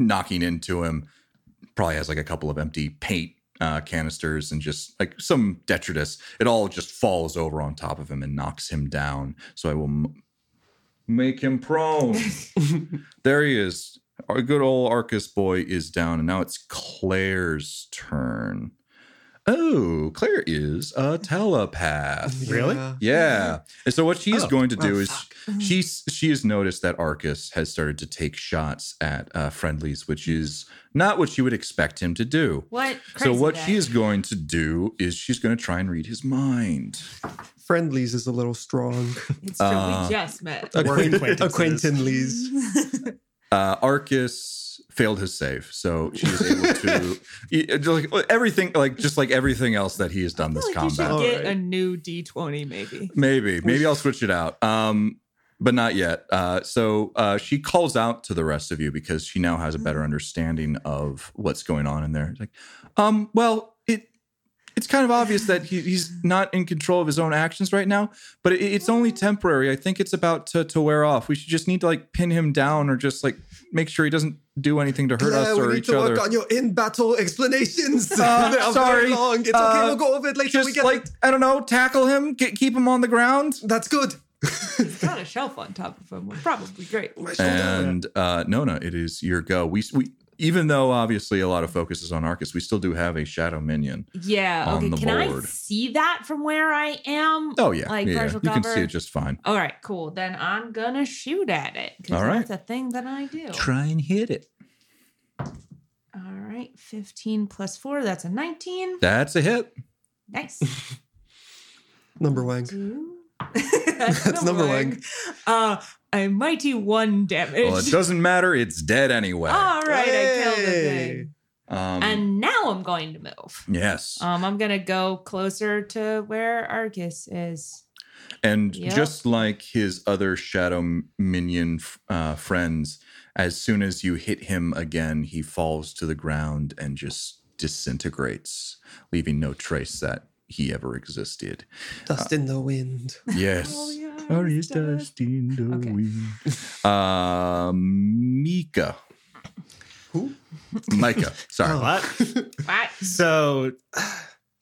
Speaker 1: knocking into him. Probably has like a couple of empty paint uh, canisters and just like some detritus. It all just falls over on top of him and knocks him down. So I will m- make him prone. there he is. Our good old Arcus boy is down, and now it's Claire's turn. Oh, Claire is a telepath.
Speaker 3: Really?
Speaker 4: Yeah.
Speaker 1: Yeah. And so what she's
Speaker 3: Oh.
Speaker 1: going to do
Speaker 4: Oh,
Speaker 1: is she's she has noticed that Arcus has started to take shots at uh, friendlies, which is not what she would expect him to do.
Speaker 2: what?
Speaker 1: so
Speaker 2: Crazy
Speaker 1: what
Speaker 2: guy.
Speaker 1: she is going to do is she's going to try and read his mind.
Speaker 4: Friendlies is a little strong.
Speaker 2: It's true.
Speaker 1: uh,
Speaker 2: we just met.
Speaker 3: We're
Speaker 4: Acquaint-
Speaker 3: acquaintances.
Speaker 4: Acquaintances.
Speaker 1: Uh, Arcus failed his save, so she's able to e- just like everything, like just like everything else that he has done
Speaker 2: I
Speaker 1: this
Speaker 2: feel like you
Speaker 1: combat.
Speaker 2: should
Speaker 4: All
Speaker 2: get
Speaker 4: right.
Speaker 2: a new D twenty, maybe.
Speaker 1: Maybe. Maybe I'll switch it out. Um, but not yet. Uh, so uh, she calls out to the rest of you because she now has a
Speaker 4: Mm.
Speaker 1: better understanding of what's going on in there. It's like, um, well, it it's kind of obvious that he, he's not in control of his own actions right now, but it, it's only temporary. I think it's about to, to wear off. We should just need to like pin him down or just like make sure he doesn't do anything to hurt
Speaker 4: Yeah,
Speaker 1: us
Speaker 4: we
Speaker 1: or
Speaker 4: need
Speaker 1: each
Speaker 4: to
Speaker 1: other.
Speaker 4: work on your in-battle explanations.
Speaker 1: Uh,
Speaker 4: They are
Speaker 1: sorry.
Speaker 4: very long. It's
Speaker 1: Uh,
Speaker 4: okay. We'll go over it later. we
Speaker 1: just
Speaker 4: get
Speaker 1: like
Speaker 4: it.
Speaker 1: I don't know, tackle him, get, keep him on the ground.
Speaker 4: That's good.
Speaker 2: He's got a shelf on top of him. We're probably great.
Speaker 4: My shoulder.
Speaker 1: and uh, Nona, it is your go. We we even though obviously a lot of focus is on Arcus, we still do have a shadow minion.
Speaker 2: Yeah.
Speaker 1: On
Speaker 2: Okay.
Speaker 1: the
Speaker 2: Can I
Speaker 1: board.
Speaker 2: see that from where I am?
Speaker 1: Oh yeah,
Speaker 2: Like
Speaker 1: yeah, yeah.
Speaker 2: partial
Speaker 1: you can
Speaker 2: cover?
Speaker 1: see it just fine.
Speaker 2: All right. Cool. Then I'm gonna shoot at it because
Speaker 1: All right.
Speaker 2: that's a thing that I do.
Speaker 1: Try and hit it.
Speaker 2: All right. Fifteen plus four. That's a nineteen.
Speaker 1: That's a hit.
Speaker 2: Nice.
Speaker 4: Number Wang.
Speaker 2: Two. that's,
Speaker 4: number
Speaker 2: wang.
Speaker 4: wang.
Speaker 2: Uh, a mighty one damage.
Speaker 1: Well, it doesn't matter. It's dead anyway.
Speaker 2: All right, I killed the
Speaker 4: Hey.
Speaker 2: thing.
Speaker 1: Um,
Speaker 2: Ah, And now I'm going to move.
Speaker 1: yes,
Speaker 2: Um, I'm gonna go closer to where Argus is.
Speaker 1: and
Speaker 2: yep.
Speaker 1: just like his other shadow m- minion f- uh, friends, as soon as you hit him again, he falls to the ground and just disintegrates, leaving no trace that he ever existed. Uh,
Speaker 4: Dust in the wind.
Speaker 1: Yes.
Speaker 2: Oh, yeah,
Speaker 1: Or is
Speaker 2: it's dead.
Speaker 1: dust in the
Speaker 2: Okay.
Speaker 1: wind. Um, Mika.
Speaker 4: Who?
Speaker 1: Micah. Sorry.
Speaker 3: What?
Speaker 2: Right.
Speaker 3: So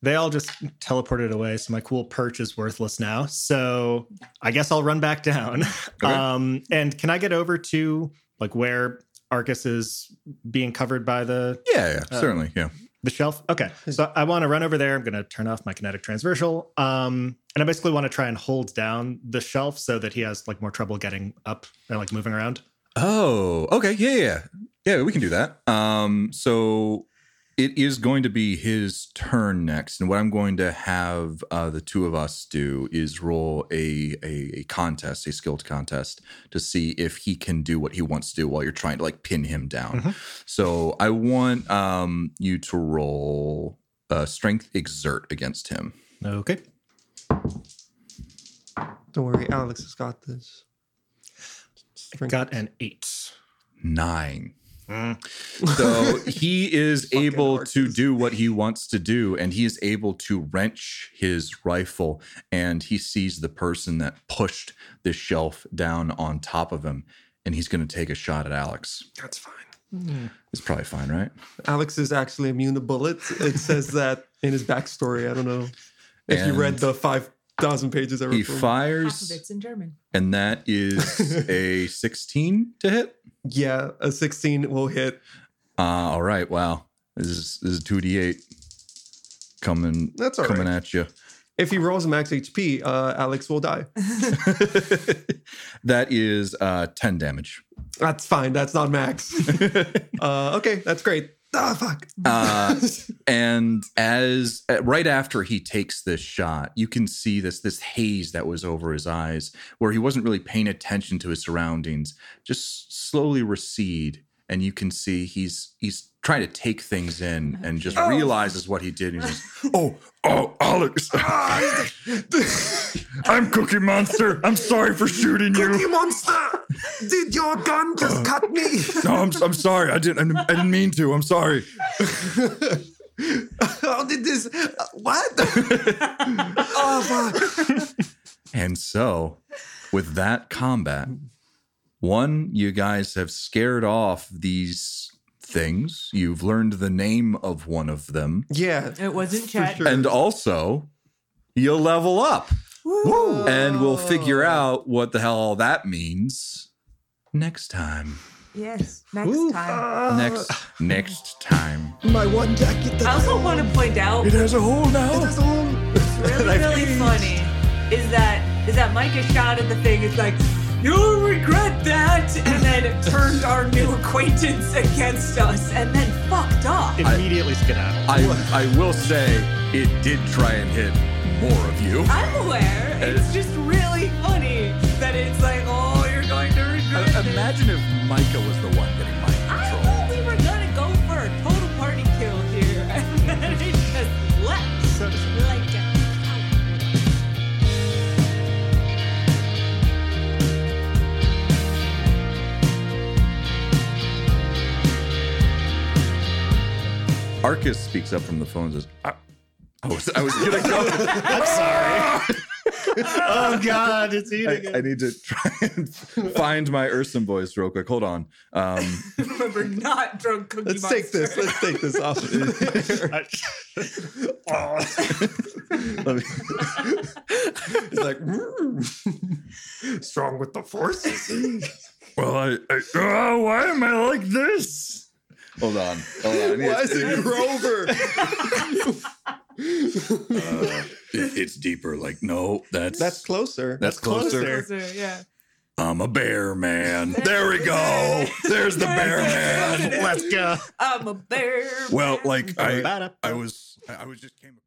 Speaker 3: they all just teleported away. So my cool perch is worthless now. So I guess I'll run back down.
Speaker 1: Okay.
Speaker 3: Um, and can I get over to like where Arcus is being covered by the?
Speaker 1: Yeah, yeah,
Speaker 3: Uh,
Speaker 1: certainly. Yeah.
Speaker 3: The shelf. Okay. So I want to run over there. I'm going to turn off my kinetic transversal. Um, and I basically want to try and hold down the shelf so that he has like more trouble getting up and like moving around.
Speaker 1: Oh, okay. Yeah, yeah. Yeah, we can do that. Um, so it is going to be his turn next. And what I'm going to have uh, the two of us do is roll a, a, a contest, a skilled contest, to see if he can do what he wants to do while you're trying to like pin him down.
Speaker 3: Mhm.
Speaker 1: So I want um, you to roll uh, strength exert against him.
Speaker 3: Okay.
Speaker 4: Don't worry, Alex has got this. Strength.
Speaker 3: Got an eight.
Speaker 1: Nine.
Speaker 3: Mm.
Speaker 1: So he is
Speaker 4: Fucking
Speaker 1: able to
Speaker 4: arches.
Speaker 1: do what he wants to do, and he is able to wrench his rifle. And he sees the person that pushed the shelf down on top of him, and he's going to take a shot at Alex.
Speaker 4: That's fine.
Speaker 1: It's probably fine, right?
Speaker 4: Alex is actually immune to bullets. It says that in his backstory. I don't know if you read
Speaker 1: And
Speaker 4: the five thousand pages I
Speaker 1: He
Speaker 4: wrote. for him.
Speaker 2: Half of
Speaker 1: fires,
Speaker 2: it's in German.
Speaker 1: and that is a 16 to hit.
Speaker 4: yeah, a sixteen will hit.
Speaker 1: Uh, all right. Wow. This is, this is 2d8 coming,
Speaker 4: That's all right.
Speaker 1: coming at you.
Speaker 4: If he rolls max HP, uh, Alex will die.
Speaker 1: that is uh, 10 damage.
Speaker 4: That's fine. That's not max. uh, okay, that's great. Ah, fuck.
Speaker 1: Uh, and as uh, right after he takes this shot, you can see this this haze that was over his eyes, where he wasn't really paying attention to his surroundings, just slowly recede, and you can see he's he's trying to take things in and just realizes what he did. And he's just, oh, oh, Alex, ah, I'm Cookie Monster. I'm sorry for shooting you.
Speaker 4: monster! Did your gun just cut me?
Speaker 1: No, I'm, I'm sorry. I didn't. I didn't mean to. I'm sorry.
Speaker 4: How did this? What? oh fuck!
Speaker 1: And so, with that combat, one, you guys have scared off these things. You've learned the name of one of them.
Speaker 4: Yeah.
Speaker 2: It wasn't Chad.
Speaker 4: sure.
Speaker 1: And also, you'll level up. And we'll figure out what the hell all that means next time.
Speaker 2: Yes, next time.
Speaker 1: Next next time.
Speaker 4: My one jacket
Speaker 2: I
Speaker 4: that
Speaker 2: also want to point out
Speaker 1: It has a hole
Speaker 4: I
Speaker 1: now.
Speaker 4: has on.
Speaker 2: really, really funny is that is that Mike is shot at the thing. It's like you'll regret that, and then turned our new acquaintance against us, and then fucked up.
Speaker 3: Immediately skedaddle.
Speaker 1: I I will say it did try and hit more of you.
Speaker 2: I'm aware. It's just really funny that it's like, oh, you're going to regret
Speaker 1: I-
Speaker 2: it.
Speaker 1: Imagine if Micah was the one getting mind
Speaker 2: I
Speaker 1: control.
Speaker 2: thought we were gonna go for a total party kill here, and then it just left like uh, a.
Speaker 1: Arcus speaks up from the phone and says, I, I was, I was gonna go.
Speaker 3: I'm sorry. oh God, it's eating
Speaker 1: I, I
Speaker 3: it.
Speaker 1: need to try and find my Urson voice real quick. Hold on. Um,
Speaker 2: Remember, not drunk cookie
Speaker 4: Let's take
Speaker 2: Monster.
Speaker 4: this. Let's take this off. He's
Speaker 1: let me-
Speaker 4: like, "Mm." strong with the forces.
Speaker 1: well, I, I, oh, why am I like this? Hold on. Hold on. I need-
Speaker 4: Why is it Grover?
Speaker 1: uh, it- it's deeper. Like, no, that's
Speaker 4: That's closer.
Speaker 1: that's closer.
Speaker 2: Closer, yeah.
Speaker 1: I'm a bear man. There we go. There's the bear man.
Speaker 3: Let's go.
Speaker 2: I'm a bear.
Speaker 1: Well, like I,
Speaker 3: Ba-da-ba.
Speaker 1: I was, I was just came.